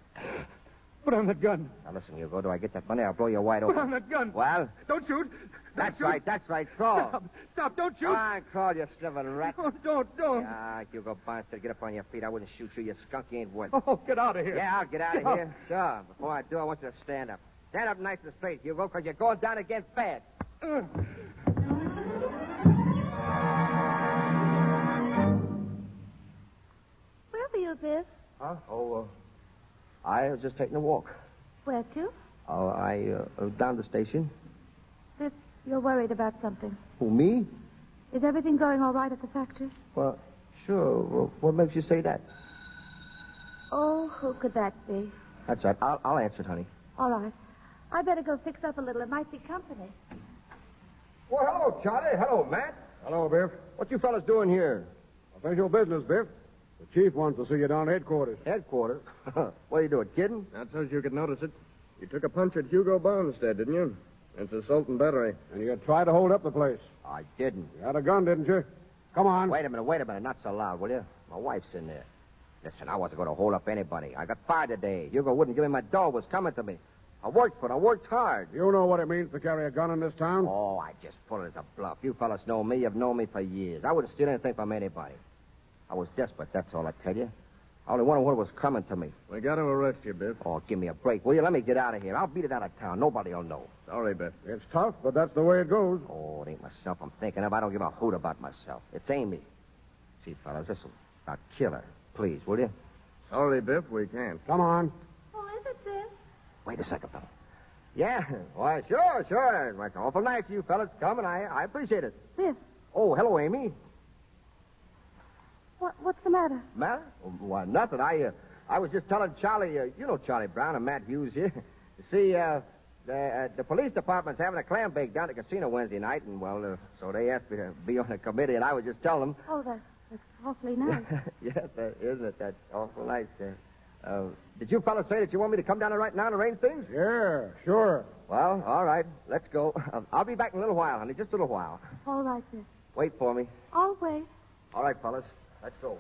Speaker 17: Put down that gun.
Speaker 4: Now, listen, Hugo. Do I get that money? I'll blow you wide
Speaker 17: Put down
Speaker 4: open.
Speaker 17: that gun.
Speaker 4: Well?
Speaker 17: Don't shoot.
Speaker 4: That's
Speaker 17: shoot.
Speaker 4: right, that's right. Crawl.
Speaker 17: Stop. Stop. Don't shoot.
Speaker 4: Ah, crawl, you stubborn rat.
Speaker 17: Oh, don't, don't.
Speaker 4: Ah, Hugo Bonsted, get up on your feet. I wouldn't shoot you, you skunk. You ain't worth it.
Speaker 17: Oh, get out of here.
Speaker 4: Yeah, I'll get out of
Speaker 17: Yeah.
Speaker 8: Oh.
Speaker 4: here. Sure. Before I do, I want you to stand up. Stand up nice and straight, Hugo, because you're going down again fast.
Speaker 5: Where were you, Biff?
Speaker 4: Huh? Oh, uh, I was just taking a walk.
Speaker 5: Where to?
Speaker 4: Oh, I, uh, uh, down the station.
Speaker 5: Biff, you're worried about something.
Speaker 4: Who, me?
Speaker 5: Is everything going all right at the factory?
Speaker 4: Well, sure. Well, what makes you say that?
Speaker 5: Oh, who could that be?
Speaker 4: That's right. I'll, I'll answer it, honey.
Speaker 5: All right. I better go fix up a little. It might be company.
Speaker 4: Well, hello, Charlie. Hello, Matt.
Speaker 18: Hello, Biff. What you fellas doing here? Official business, Biff. The chief wants to see you down at headquarters. Headquarters? what are you doing, kidding? That's so you could notice it. You took a punch at Hugo Bonstead, didn't you? It's assault and battery. And you tried to hold up the place.
Speaker 4: I didn't.
Speaker 18: You had a gun, didn't you? Come on.
Speaker 4: Wait a minute. Wait a minute. Not so loud, will you? My wife's in there. Listen, I wasn't going to hold up anybody. I got fired today. Hugo wouldn't give me my dough. It Was coming to me. I worked for it. I worked hard.
Speaker 18: You know what it means to carry a gun in this town?
Speaker 4: Oh, I just pulled it as a bluff. You fellas know me. You've known me for years. I wouldn't steal anything from anybody. I was desperate, that's all I tell you. I only wanted what was coming to me.
Speaker 18: We got to arrest you, Biff.
Speaker 4: Oh, give me a break, will you? Let me get out of here. I'll beat it out of town. Nobody will know.
Speaker 18: Sorry, Biff. It's tough, but that's the way it goes.
Speaker 4: Oh, it ain't myself I'm thinking of. I don't give a hoot about myself. It's Amy. See, fellas, listen. Now, kill her, please, will you?
Speaker 18: Sorry, Biff. We can't. Come on.
Speaker 5: Who Oh, is it, Biff?
Speaker 4: Wait a second, fella. Yeah, why, sure, sure. It's awful nice of you fellas to come, and I, I appreciate it.
Speaker 5: Biff,
Speaker 4: Oh, hello, Amy.
Speaker 5: what, what's the matter?
Speaker 4: Matter? Why, nothing. I, uh, I was just telling Charlie, uh, you know Charlie Brown and Matt Hughes here. You See, uh, the, uh, the police department's having a clam bake down at the casino Wednesday night, and, well, uh, so they asked me to be on the committee, and I was just telling them.
Speaker 5: Oh, that's, that's awfully nice.
Speaker 4: yes, uh, isn't it? That's awful nice. Uh, uh, did you fellas say that you want me to come down there right now and arrange things?
Speaker 18: Yeah, sure.
Speaker 4: Well, all right. Let's go. Um, I'll be back in a little while, honey. Just a little while.
Speaker 5: all right, Biff.
Speaker 4: Wait for me.
Speaker 5: I'll wait.
Speaker 4: All right, fellas. Let's go.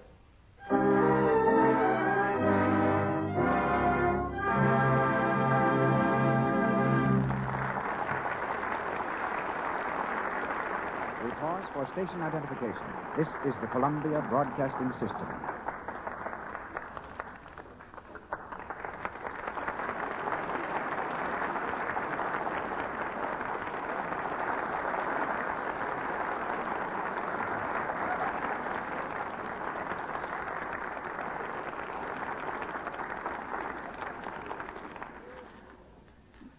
Speaker 6: We pause for station identification. This is the Columbia Broadcasting System.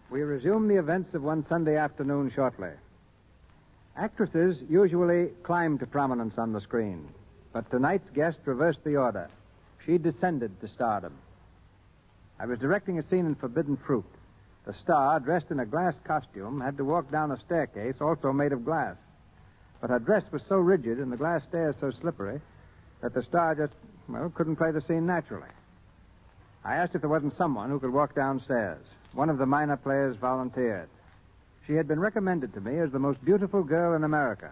Speaker 3: We resume the events of one Sunday afternoon shortly. Actresses usually climb to prominence on the screen, but tonight's guest reversed the order. She descended to stardom. I was directing a scene in Forbidden Fruit. The star, dressed in a glass costume, had to walk down a staircase also made of glass. But her dress was so rigid and the glass stairs so slippery that the star just, well, couldn't play the scene naturally. I asked if there wasn't someone who could walk downstairs. One of the minor players volunteered. She had been recommended to me as the most beautiful girl in America.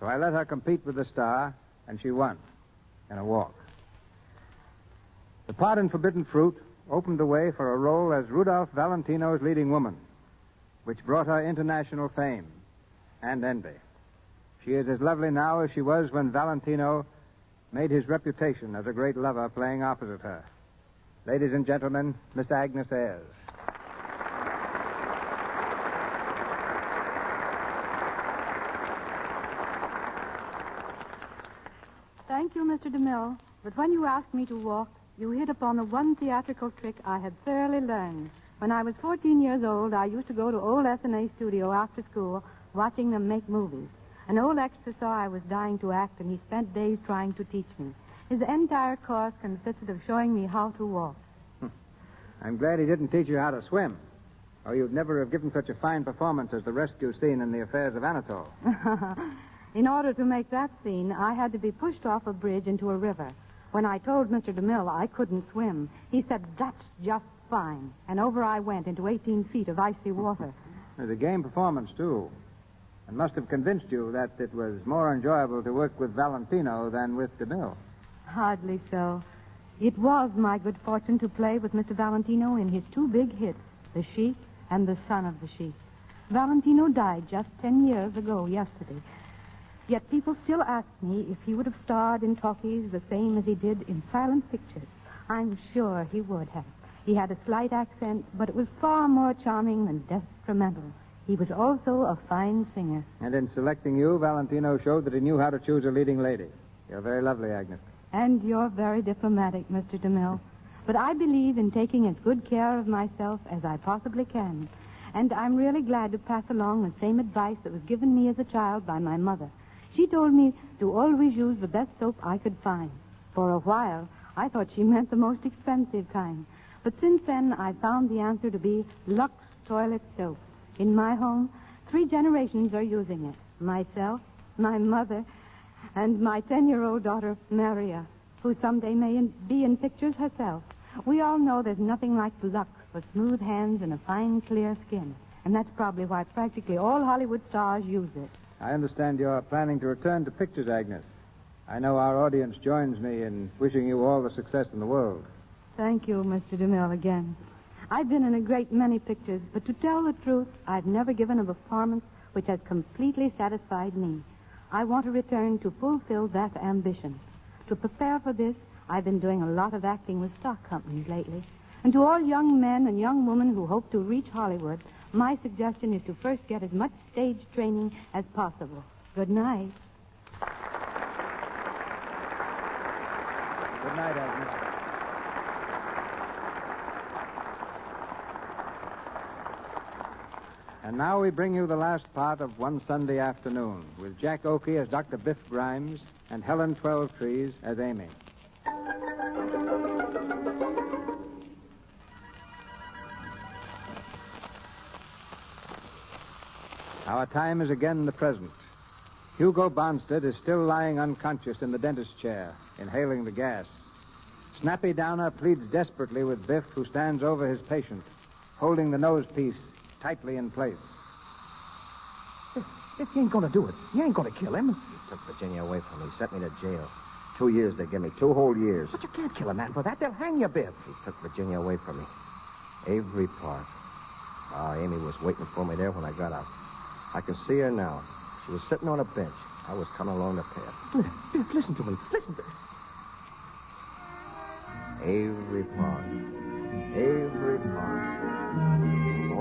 Speaker 3: So I let her compete with the star, and she won in a walk. The part in Forbidden Fruit opened the way for a role as Rudolph Valentino's leading woman, which brought her international fame and envy. She is as lovely now as she was when Valentino made his reputation as a great lover playing opposite her. Ladies and gentlemen, Miss Agnes Ayres.
Speaker 14: Thank you, Mr. DeMille. But when you asked me to walk, you hit upon the one theatrical trick I had thoroughly learned. When I was 14 years old, I used to go to old S&A studio after school, watching them make movies. An old extra saw I was dying to act, and he spent days trying to teach me. His entire course consisted of showing me how to walk.
Speaker 3: I'm glad he didn't teach you how to swim, or you'd never have given such a fine performance as the rescue scene in The Affairs of Anatole.
Speaker 14: in order to make that scene, I had to be pushed off a bridge into a river. When I told Mr. DeMille I couldn't swim, he said, That's just fine. And over I went into 18 feet of icy water.
Speaker 3: It was a game performance, too. and must have convinced you that it was more enjoyable to work with Valentino than with DeMille.
Speaker 14: Hardly so. It was my good fortune to play with Mr. Valentino in his two big hits, The Sheik and The Son of the Sheik. Valentino died just ten years ago yesterday. Yet people still ask me if he would have starred in talkies the same as he did in silent pictures. I'm sure he would have. He had a slight accent, but it was far more charming than detrimental. He was also a fine singer.
Speaker 3: And in selecting you, Valentino showed that he knew how to choose a leading lady. You're very lovely, Agnes.
Speaker 14: And you're very diplomatic, Mr. DeMille. But I believe in taking as good care of myself as I possibly can. And I'm really glad to pass along the same advice that was given me as a child by my mother. She told me to always use the best soap I could find. For a while, I thought she meant the most expensive kind. But since then, I found the answer to be Lux Toilet Soap. In my home, three generations are using it. Myself, my mother, and my 10 year old daughter, Maria, who someday may in- be in pictures herself. We all know there's nothing like luck for smooth hands and a fine, clear skin. And that's probably why practically all Hollywood stars use it.
Speaker 3: I understand you're planning to return to pictures, Agnes. I know our audience joins me in wishing you all the success in the world.
Speaker 14: Thank you, Mr. DeMille, again. I've been in a great many pictures, but to tell the truth, I've never given a performance which has completely satisfied me. I want to return to fulfill that ambition. To prepare for this, I've been doing a lot of acting with stock companies lately. And to all young men and young women who hope to reach Hollywood, my suggestion is to first get as much stage training as possible. Good night.
Speaker 3: Good night, Agnes. And now we bring you the last part of One Sunday Afternoon with Jack Oakey as Dr. Biff Grimes and Helen Twelve Trees as Amy. Our time is again the present. Hugo Bonstead is still lying unconscious in the dentist's chair, inhaling the gas. Snappy Downer pleads desperately with Biff, who stands over his patient, holding the nose piece tightly in place.
Speaker 19: If you ain't gonna do it, you ain't gonna kill him.
Speaker 4: Took Virginia away from me, sent me to jail. Two years they give me, two whole years.
Speaker 19: But you can't kill a man for that. They'll hang you, Biff.
Speaker 4: He took Virginia away from me. Avery Park. Ah, Amy was waiting for me there when I got out. I can see her now. She was sitting on a bench. I was coming along the path.
Speaker 19: Biff, Biff, listen to me. Listen. Biff.
Speaker 4: Avery Park. Avery Park.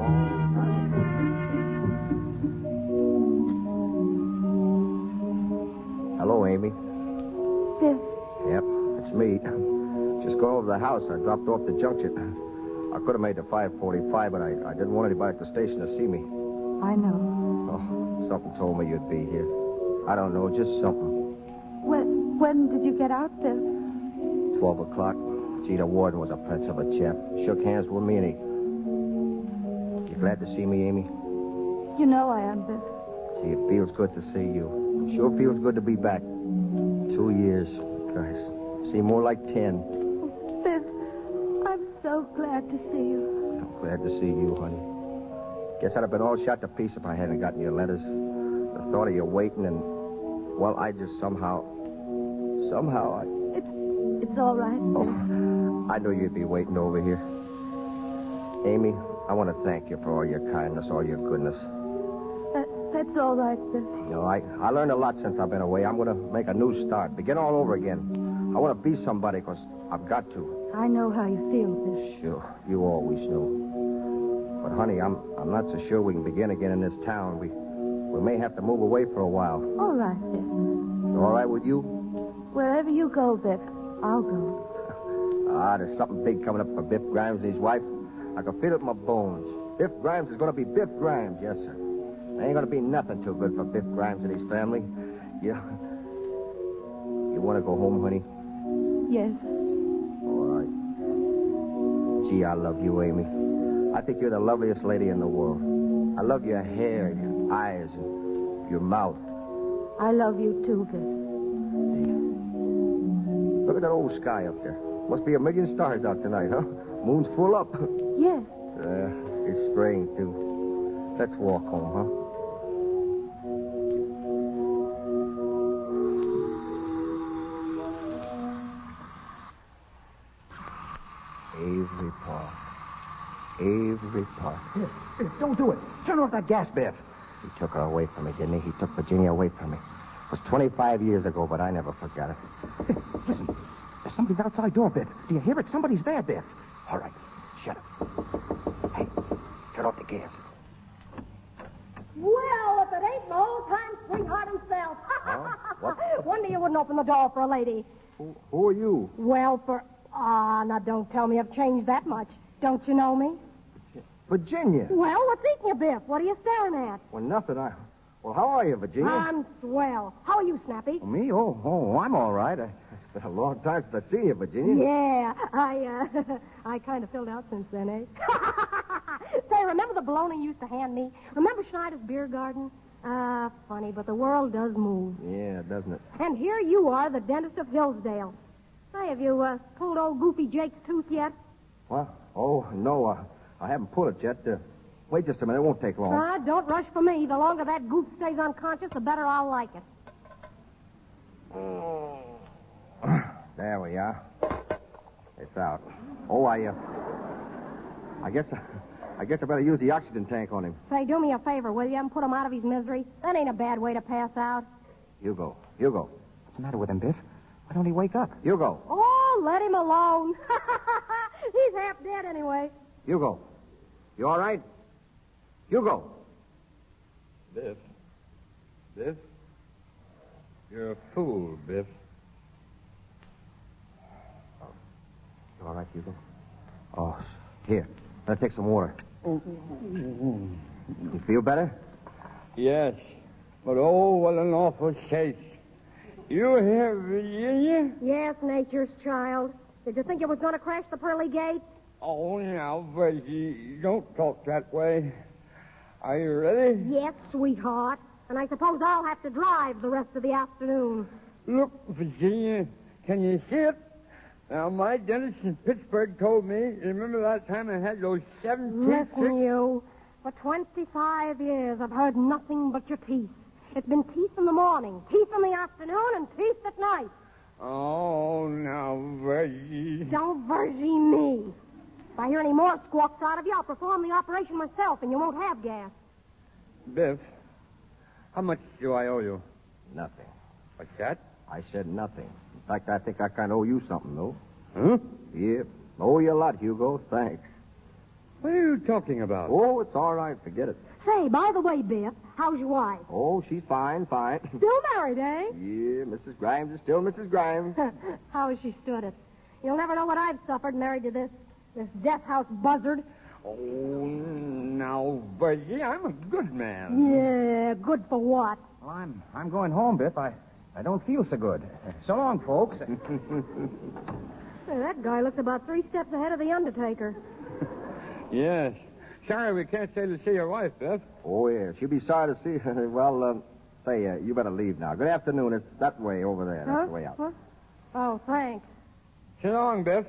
Speaker 4: Hello, Amy.
Speaker 5: Biff,
Speaker 4: Yep, it's me. Just going over the house. I dropped off the junction. I could have made the 545, but I, I didn't want anybody at the station to see me.
Speaker 20: I know.
Speaker 4: Oh, something told me you'd be here. I don't know, just something.
Speaker 5: when, when did you get out, Biff?
Speaker 4: 12 o'clock. Gee, the warden was a prince of a chap. Shook hands with me and he. You glad to see me, Amy?
Speaker 5: You know I am, Biff.
Speaker 4: Gee, it feels good to see you. Sure feels good to be back. Two years. Guys, see more like ten.
Speaker 5: Biff, I'm so glad to see you.
Speaker 4: Glad to see you, honey. Guess I'd have been all shot to pieces if I hadn't gotten your letters. The thought of you waiting and, well, I just somehow, somehow
Speaker 5: It's all right, Biff.
Speaker 4: I, I knew you'd be waiting over here. Amy, I want to thank you for all your kindness, all your goodness.
Speaker 5: That, that's all right, Biff.
Speaker 4: You know, I, I learned a lot since I've been away. I'm going to make a new start, begin all over again. I want to be somebody because I've got to.
Speaker 20: I know how you feel, Biff.
Speaker 4: Sure, you always knew. But honey, I'm I'm not so sure we can begin again in this town. We we may have to move away for a while.
Speaker 5: All right, Biff.
Speaker 4: All right with you?
Speaker 5: Wherever you go, Biff, I'll go.
Speaker 4: Ah, there's something big coming up for Biff Grimes and his wife. I can feel it in my bones. Biff Grimes is going to be Biff Grimes, yes sir. There ain't going to be nothing too good for Biff Grimes and his family. You you want to go home, honey?
Speaker 5: Yes.
Speaker 4: All right. Gee, I love you, Amy. I think you're the loveliest lady in the world. I love your hair and your eyes and your mouth.
Speaker 5: I love you too, Biff.
Speaker 4: Look at that old sky up there. Must be a million stars out tonight, huh? Moon's full up. Uh,
Speaker 5: Yes.
Speaker 4: it's spring, too. Let's walk home, huh?
Speaker 21: every part.
Speaker 6: Biff, don't do it. Turn off that gas, Biff.
Speaker 4: He took her away from me, didn't he? He took Virginia away from me. It was 25 years ago, but I never forgot it.
Speaker 6: Listen, there's somebody's outside door, Biff. Do you hear it? Somebody's there, Biff. All right, shut up.
Speaker 4: Turn off the gas.
Speaker 22: Well, if it ain't my old time sweetheart himself. Wonder you wouldn't open the door for a lady.
Speaker 4: Who are you?
Speaker 22: Well, for. Ah, now don't tell me I've changed that much. Don't you know me?
Speaker 4: Virginia.
Speaker 22: Well, what's eating you, Biff? What are you staring at?
Speaker 4: Well, nothing. I. Well, how are you, Virginia?
Speaker 22: I'm swell. How are you, Snappy?
Speaker 4: Oh, me? Oh, oh, I'm all right. I, it's been a long time since I see you, Virginia.
Speaker 22: Yeah, I uh, I kind of filled out since then, eh? Say, remember the bologna you used to hand me? Remember Schneider's beer garden? Ah, funny, but the world does move.
Speaker 4: Yeah, doesn't it?
Speaker 22: And here you are, the dentist of Hillsdale. Say, have you uh, pulled old Goofy Jake's tooth yet?
Speaker 4: What? Oh, no, uh, I haven't pulled it yet. Uh, wait just a minute. It won't take long.
Speaker 22: Ah, don't rush for me. The longer that goof stays unconscious, the better I'll like it.
Speaker 4: There we are. It's out. Oh, I, uh, I guess, I guess I better use the oxygen tank on him.
Speaker 22: Say, do me a favor, will you, and put him out of his misery? That ain't a bad way to pass out.
Speaker 4: Hugo, Hugo.
Speaker 6: What's the matter with him, Biff? Why don't he wake up?
Speaker 4: Hugo,
Speaker 22: Oh, let him alone. He's half dead anyway.
Speaker 4: Hugo. You all right? Hugo.
Speaker 23: Biff? Biff? You're a fool, Biff.
Speaker 4: Oh. You all right, Hugo? Oh, here. Let's take some water. You feel better?
Speaker 8: Yes, but oh, what an awful case. You hear, Virginia?
Speaker 22: Yes, nature's child. Did you think it was going to crash the pearly gate?
Speaker 8: Oh, now, Virgie, don't talk that way. Are you ready?
Speaker 22: Yes, sweetheart. And I suppose I'll have to drive the rest of the afternoon.
Speaker 8: Look, Virginia, can you see it? Now, my dentist in Pittsburgh told me, remember last time I had those seven teeth
Speaker 22: Listen, you. For 25 years, I've heard nothing but your teeth. It's been teeth in the morning, teeth in the afternoon, and teeth at night.
Speaker 8: Oh, now, Virgie.
Speaker 22: Don't Virgie me. If I hear any more squawks out of you, I'll perform the operation myself, and you won't have gas.
Speaker 8: Biff, how much do I owe you?
Speaker 4: Nothing.
Speaker 8: What's that?
Speaker 4: I said nothing. In fact, I think I kind of owe you something, though. Huh? Yep. Owe you a lot, Hugo. Thanks.
Speaker 8: What are you talking about?
Speaker 4: Oh, it's all right. Forget it.
Speaker 22: Say, by the way, Biff, how's your wife?
Speaker 4: Oh, she's fine, fine.
Speaker 22: Still married, eh?
Speaker 4: yeah, Mrs. Grimes is still Mrs. Grimes.
Speaker 22: How has she stood it? You'll never know what I've suffered married to this this death house buzzard.
Speaker 8: Oh, now, Virgie, I'm a good man.
Speaker 22: Yeah, good for what?
Speaker 6: Well, I'm I'm going home, Biff. I I don't feel so good. So long, folks.
Speaker 22: Say, that guy looks about three steps ahead of the undertaker.
Speaker 8: Yes. Sorry we can't stay to see your wife, Biff.
Speaker 4: Oh, yeah. She'll be sorry to see her. Well, um, say, uh, you better leave now. Good afternoon. It's that way over there.
Speaker 22: huh?
Speaker 4: That's the way out.
Speaker 22: Huh? Oh, thanks.
Speaker 8: So long, Biff.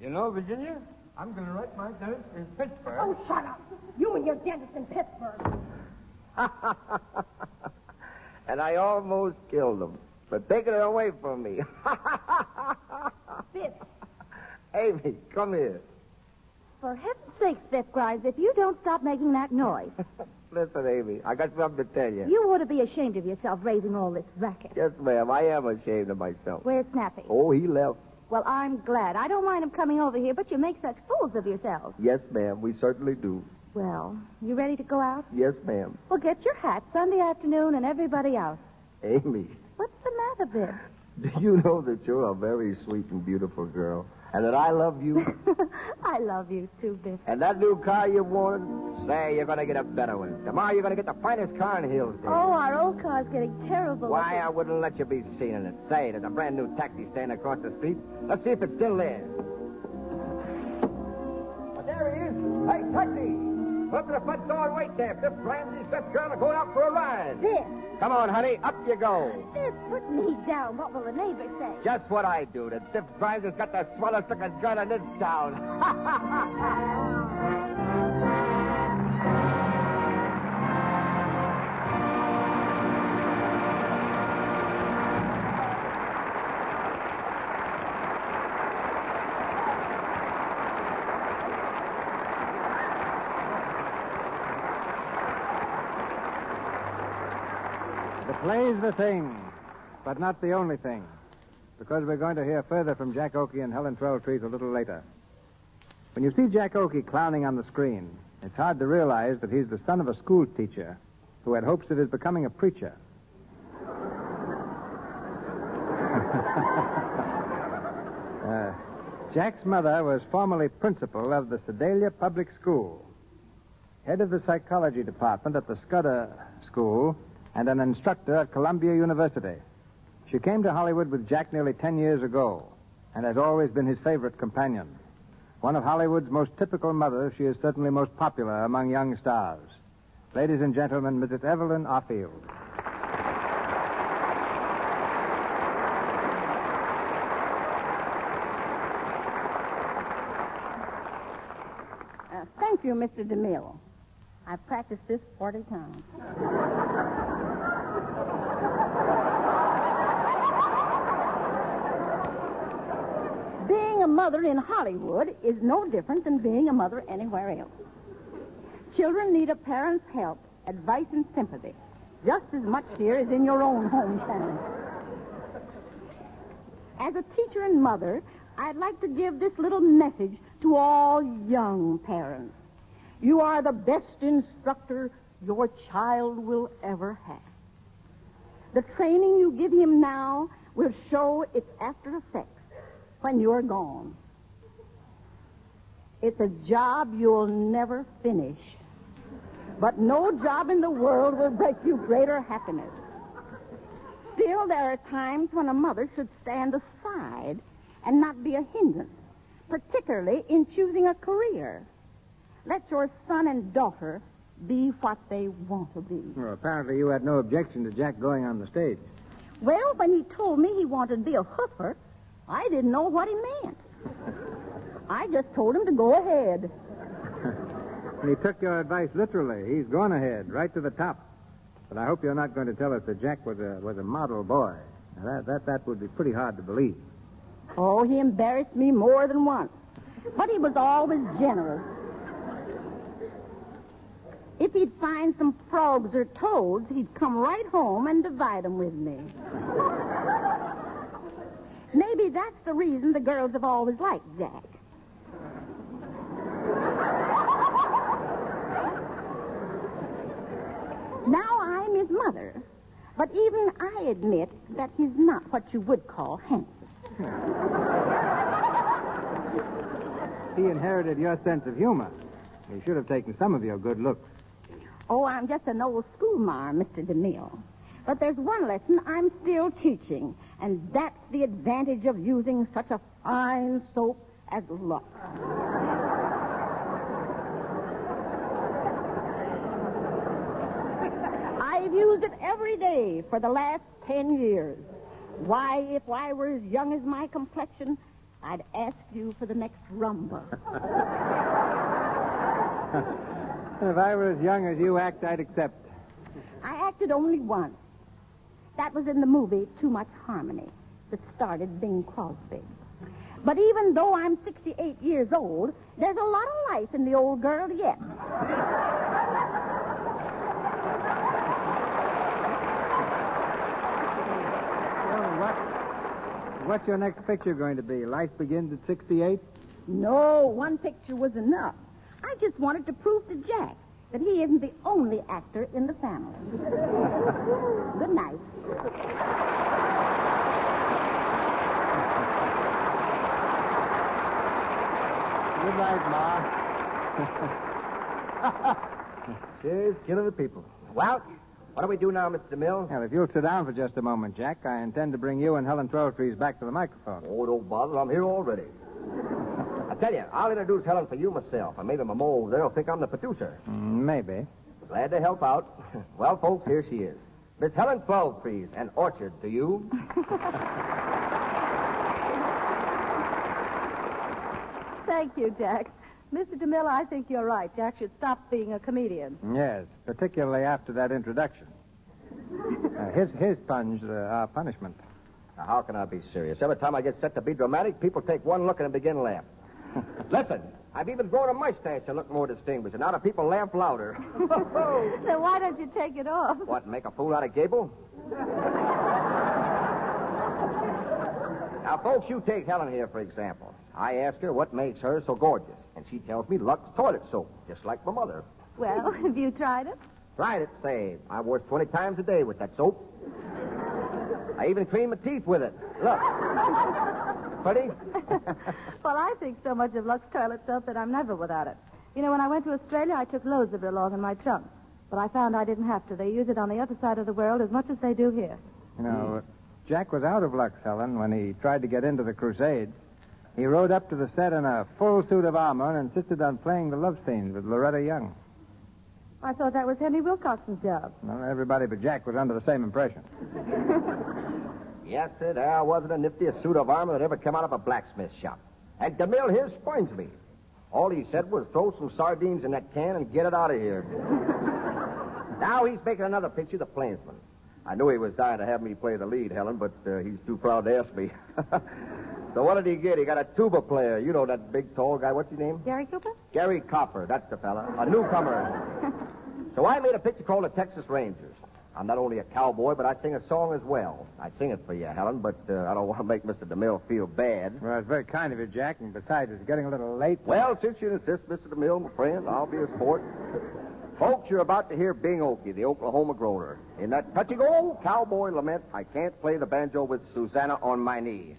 Speaker 8: You know, Virginia, I'm going to write my dentist in Pittsburgh.
Speaker 22: Oh, shut up. You and your dentist in Pittsburgh.
Speaker 4: And I almost killed him for taking it away from me.
Speaker 22: Biff,
Speaker 4: Amy, come here.
Speaker 5: For heaven's sake, Biff Grimes, if you don't stop making that noise,
Speaker 4: Listen, Amy, I got something to tell you.
Speaker 5: you ought to be ashamed of yourself raising all this racket.
Speaker 4: Yes, ma'am. I am ashamed of myself.
Speaker 5: Where's Snappy?
Speaker 4: Oh, he left.
Speaker 5: Well, I'm glad. I don't mind him coming over here, but you make such fools of yourselves.
Speaker 4: Yes, ma'am. We certainly do.
Speaker 5: Well, you ready to go out?
Speaker 4: Yes, ma'am.
Speaker 5: Well, get your hat Sunday afternoon and everybody out.
Speaker 4: Amy,
Speaker 5: What's the matter, Biff?
Speaker 4: do you know that you're a very sweet and beautiful girl, and that I love you?
Speaker 5: I love you too, Biff.
Speaker 4: and that new car you wanted, say you're gonna get a better one. Tomorrow you're gonna get the finest car in Hillsdale.
Speaker 5: Oh, our old car's getting terrible.
Speaker 4: Why, I wouldn't let you be seen in it. Say, there's a brand new taxi stand across the street. Let's see if it's still there.
Speaker 12: Well, there it is. Hey, taxi! Go up to the front door and wait there. Biff Grimes and his best girl are going out for a ride.
Speaker 5: Biff,
Speaker 4: Come on, honey, up you go.
Speaker 5: Biff, put me down. What will the neighbors say?
Speaker 4: Just what I do. The stiff drives has got the swellest looking gun in this town.
Speaker 3: Plays the thing, but not the only thing, because we're going to hear further from Jack Oakey and Helen Twelvetrees a little later. When you see Jack Oakey clowning on the screen, it's hard to realize that he's the son of a school teacher who had hopes of his becoming a preacher. Uh, Jack's mother was formerly principal of the Sedalia Public School, head of the psychology department at the Scudder School, and an instructor at Columbia University. She came to Hollywood with Jack nearly 10 years ago and has always been his favorite companion. One of Hollywood's most typical mothers, she is certainly most popular among young stars. Ladies and gentlemen, Mrs. Evelyn Arfield.
Speaker 24: Uh, thank you, Mr. DeMille. I've practiced this 40 times.
Speaker 12: Being a mother in Hollywood is no different than being a mother anywhere else.
Speaker 24: Children need a parent's help, advice, and sympathy just as much here as in your own hometown.
Speaker 12: As a teacher and mother, I'd like to give this little message to all young parents. You are the best instructor your child will ever have. The training you give him now will show its after effects when you're gone. It's a job you'll never finish, but no job in the world will break you greater happiness.
Speaker 24: Still, there are times when a mother should stand aside and not be a hindrance, particularly in choosing a career. Let your son and daughter be what they want to be.
Speaker 3: Well, apparently you had no objection to Jack going on the stage.
Speaker 24: Well, when he told me he wanted to be a hooper, I didn't know what he meant. I just told him to go ahead.
Speaker 3: And he took your advice literally. He's gone ahead, right to the top. But I hope you're not going to tell us that Jack was a was a model boy. Now, that that that would be pretty hard to believe.
Speaker 24: Oh, he embarrassed me more than once. But he was always generous. If he'd find some frogs or toads, he'd come right home and divide them with me. Maybe that's the reason the girls have always liked Jack. Now I'm his mother, but even I admit that he's not what you would call handsome.
Speaker 3: He inherited your sense of humor. He should have taken some of your good looks.
Speaker 24: Oh, I'm just an old schoolmarm, Mr. DeMille. But there's one lesson I'm still teaching, and that's the advantage of using such a fine soap as Lux. I've used it every day for the last ten years. Why, if I were as young as my complexion, I'd ask you for the next rumba.
Speaker 3: If I were as young as you act, I'd accept.
Speaker 24: I acted only once. That was in the movie Too Much Harmony that started Bing Crosby. But even though I'm 68 years old, there's a lot of life in the old girl yet.
Speaker 3: What's your next picture going to be? Life begins at 68?
Speaker 24: No, one picture was enough. I just wanted to prove to Jack that he isn't the only actor in the family. Good night.
Speaker 3: Good night, Ma.
Speaker 4: She's killing the people. Well, what do we do now, Mr. DeMille?
Speaker 3: Well, if you'll sit down for just a moment, Jack, I intend to bring you and Helen Twelvetrees back to the microphone.
Speaker 4: Oh, don't bother. I'm here already. I tell you, I'll introduce Helen for you myself, and maybe my moles there will think I'm the producer.
Speaker 3: Mm, Maybe.
Speaker 4: Glad to help out. Well, folks, here she is. Miss Helen Twelve Trees, an orchard to you.
Speaker 14: Thank you, Jack. Mr. DeMille, I think you're right. Jack should stop being a comedian.
Speaker 3: Yes, particularly after that introduction. Uh, his his plunge, uh, our punishment.
Speaker 4: Now, how can I be serious? Every time I get set to be dramatic, people take one look and begin laughing. Listen, I've even grown a mustache to look more distinguished, and now the people laugh louder.
Speaker 25: then why don't you take it off?
Speaker 4: What, make a fool out of Gable? Now, folks, you take Helen here, for example. I ask her what makes her so gorgeous, and she tells me Lux toilet soap, just like my mother.
Speaker 25: Well, have you tried it?
Speaker 4: Tried it, say. I wash 20 times a day with that soap. I even clean my teeth with it. Look. Pretty?
Speaker 25: Well, I think so much of Lux toilet soap that I'm never without it. You know, when I went to Australia, I took loads of it along in my trunk. But I found I didn't have to. They use it on the other side of the world as much as they do here.
Speaker 3: You know, Jack was out of luck, Helen, when he tried to get into the crusade. He rode up to the set in a full suit of armor and insisted on playing the love scene with Loretta Young.
Speaker 25: I thought that was Henry Wilcoxon's job.
Speaker 3: Well, everybody but Jack was under the same impression.
Speaker 4: Yes, sir, there wasn't a niftiest suit of armor that ever come out of a blacksmith shop. And DeMille here spurns me. All he said was throw some sardines in that can and get it out of here. now he's making another picture, The Plainsman. I knew he was dying to have me play the lead, Helen, but uh, he's too proud to ask me. so what did he get? He got a tuba player. You know that big, tall guy. What's his name?
Speaker 25: Gary Cooper?
Speaker 4: Gary Copper, that's the fella. A newcomer. so I made a picture called The Texas Rangers. I'm not only a cowboy, but I sing a song as well. I sing it for you, Helen, but uh, I don't want to make Mr. DeMille feel bad.
Speaker 3: Well, it's very kind of you, Jack, and besides, it's getting a little late.
Speaker 4: Well, since you insist, Mr. DeMille, my friend, I'll be a sport. Folks, you're about to hear Bing Okie, the Oklahoma groaner. In that touching old cowboy lament, I can't play the banjo with Susanna on my knee.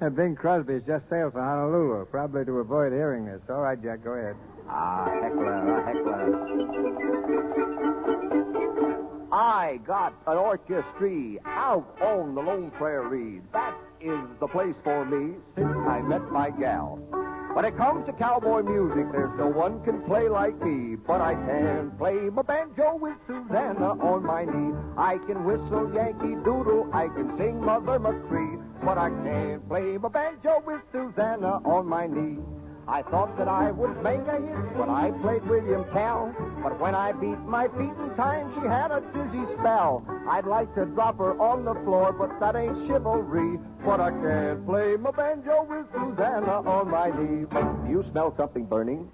Speaker 3: Uh, Bing Crosby's just sailed for Honolulu, probably to avoid hearing this. All right, Jack, go ahead.
Speaker 4: Ah, heckler, a heckler. I got an orchestra out on the Lone Prairie. That is the place for me since I met my gal. When it comes to cowboy music, there's no one can play like me. But I can play my banjo with Susanna on my knee. I can whistle Yankee Doodle. I can sing Mother McCree. But I can't play my banjo with Susanna on my knee. I thought that I would make a hit when I played William Cal. But when I beat my feet in time, she had a dizzy spell. I'd like to drop her on the floor, but that ain't chivalry. But I can't play my banjo with Susanna on my knee. Do you smell something burning?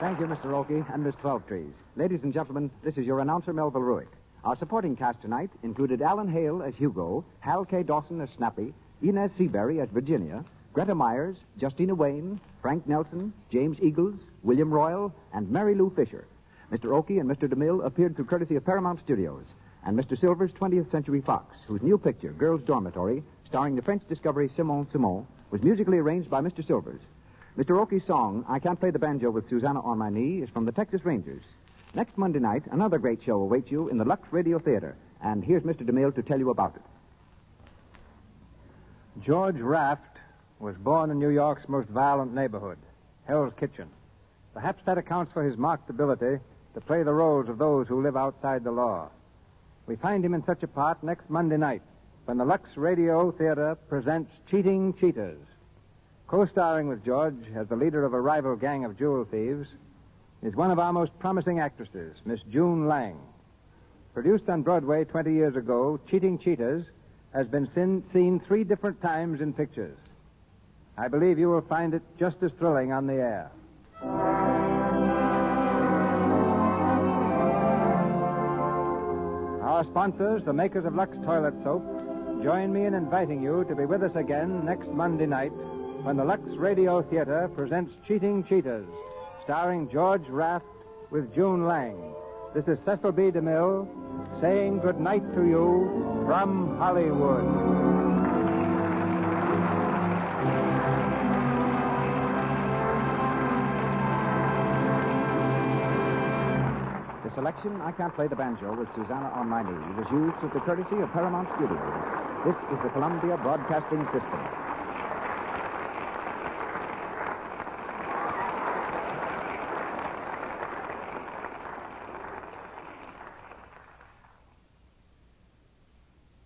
Speaker 6: Thank you, Mr. Oakey and Miss Twelve Trees. Ladies and gentlemen, this is your announcer, Melville Ruick. Our supporting cast tonight included Alan Hale as Hugo, Hal K. Dawson as Snappy, Inez Seabury as Virginia, Greta Myers, Justina Wayne, Frank Nelson, James Eagles, William Royal, and Mary Lou Fisher. Mr. Oakey and Mr. DeMille appeared through courtesy of Paramount Studios and Mr. Silver's 20th Century Fox, whose new picture, Girls' Dormitory, starring the French discovery Simon Simon, was musically arranged by Mr. Silvers. Mr. Oakey's song, I Can't Play the Banjo with Susanna on My Knee, is from the Texas Rangers. Next Monday night, another great show awaits you in the Lux Radio Theater. And here's Mr. DeMille to tell you about it.
Speaker 3: George Raft was born in New York's most violent neighborhood, Hell's Kitchen. Perhaps that accounts for his marked ability to play the roles of those who live outside the law. We find him in such a part next Monday night when the Lux Radio Theater presents Cheating Cheaters. Co starring with George as the leader of a rival gang of jewel thieves is one of our most promising actresses, Miss June Lang. Produced on Broadway 20 years ago, Cheating Cheaters has been sin- seen three different times in pictures. I believe you will find it just as thrilling on the air. Our sponsors, the makers of Lux Toilet Soap, join me in inviting you to be with us again next Monday night when the Lux Radio Theater presents Cheating Cheaters, starring George Raft with June Lang. This is Cecil B. DeMille saying good night to you from Hollywood.
Speaker 6: The selection, I Can't Play the Banjo with Susanna on My Knee, was used with the courtesy of Paramount Studios. This is the Columbia Broadcasting System.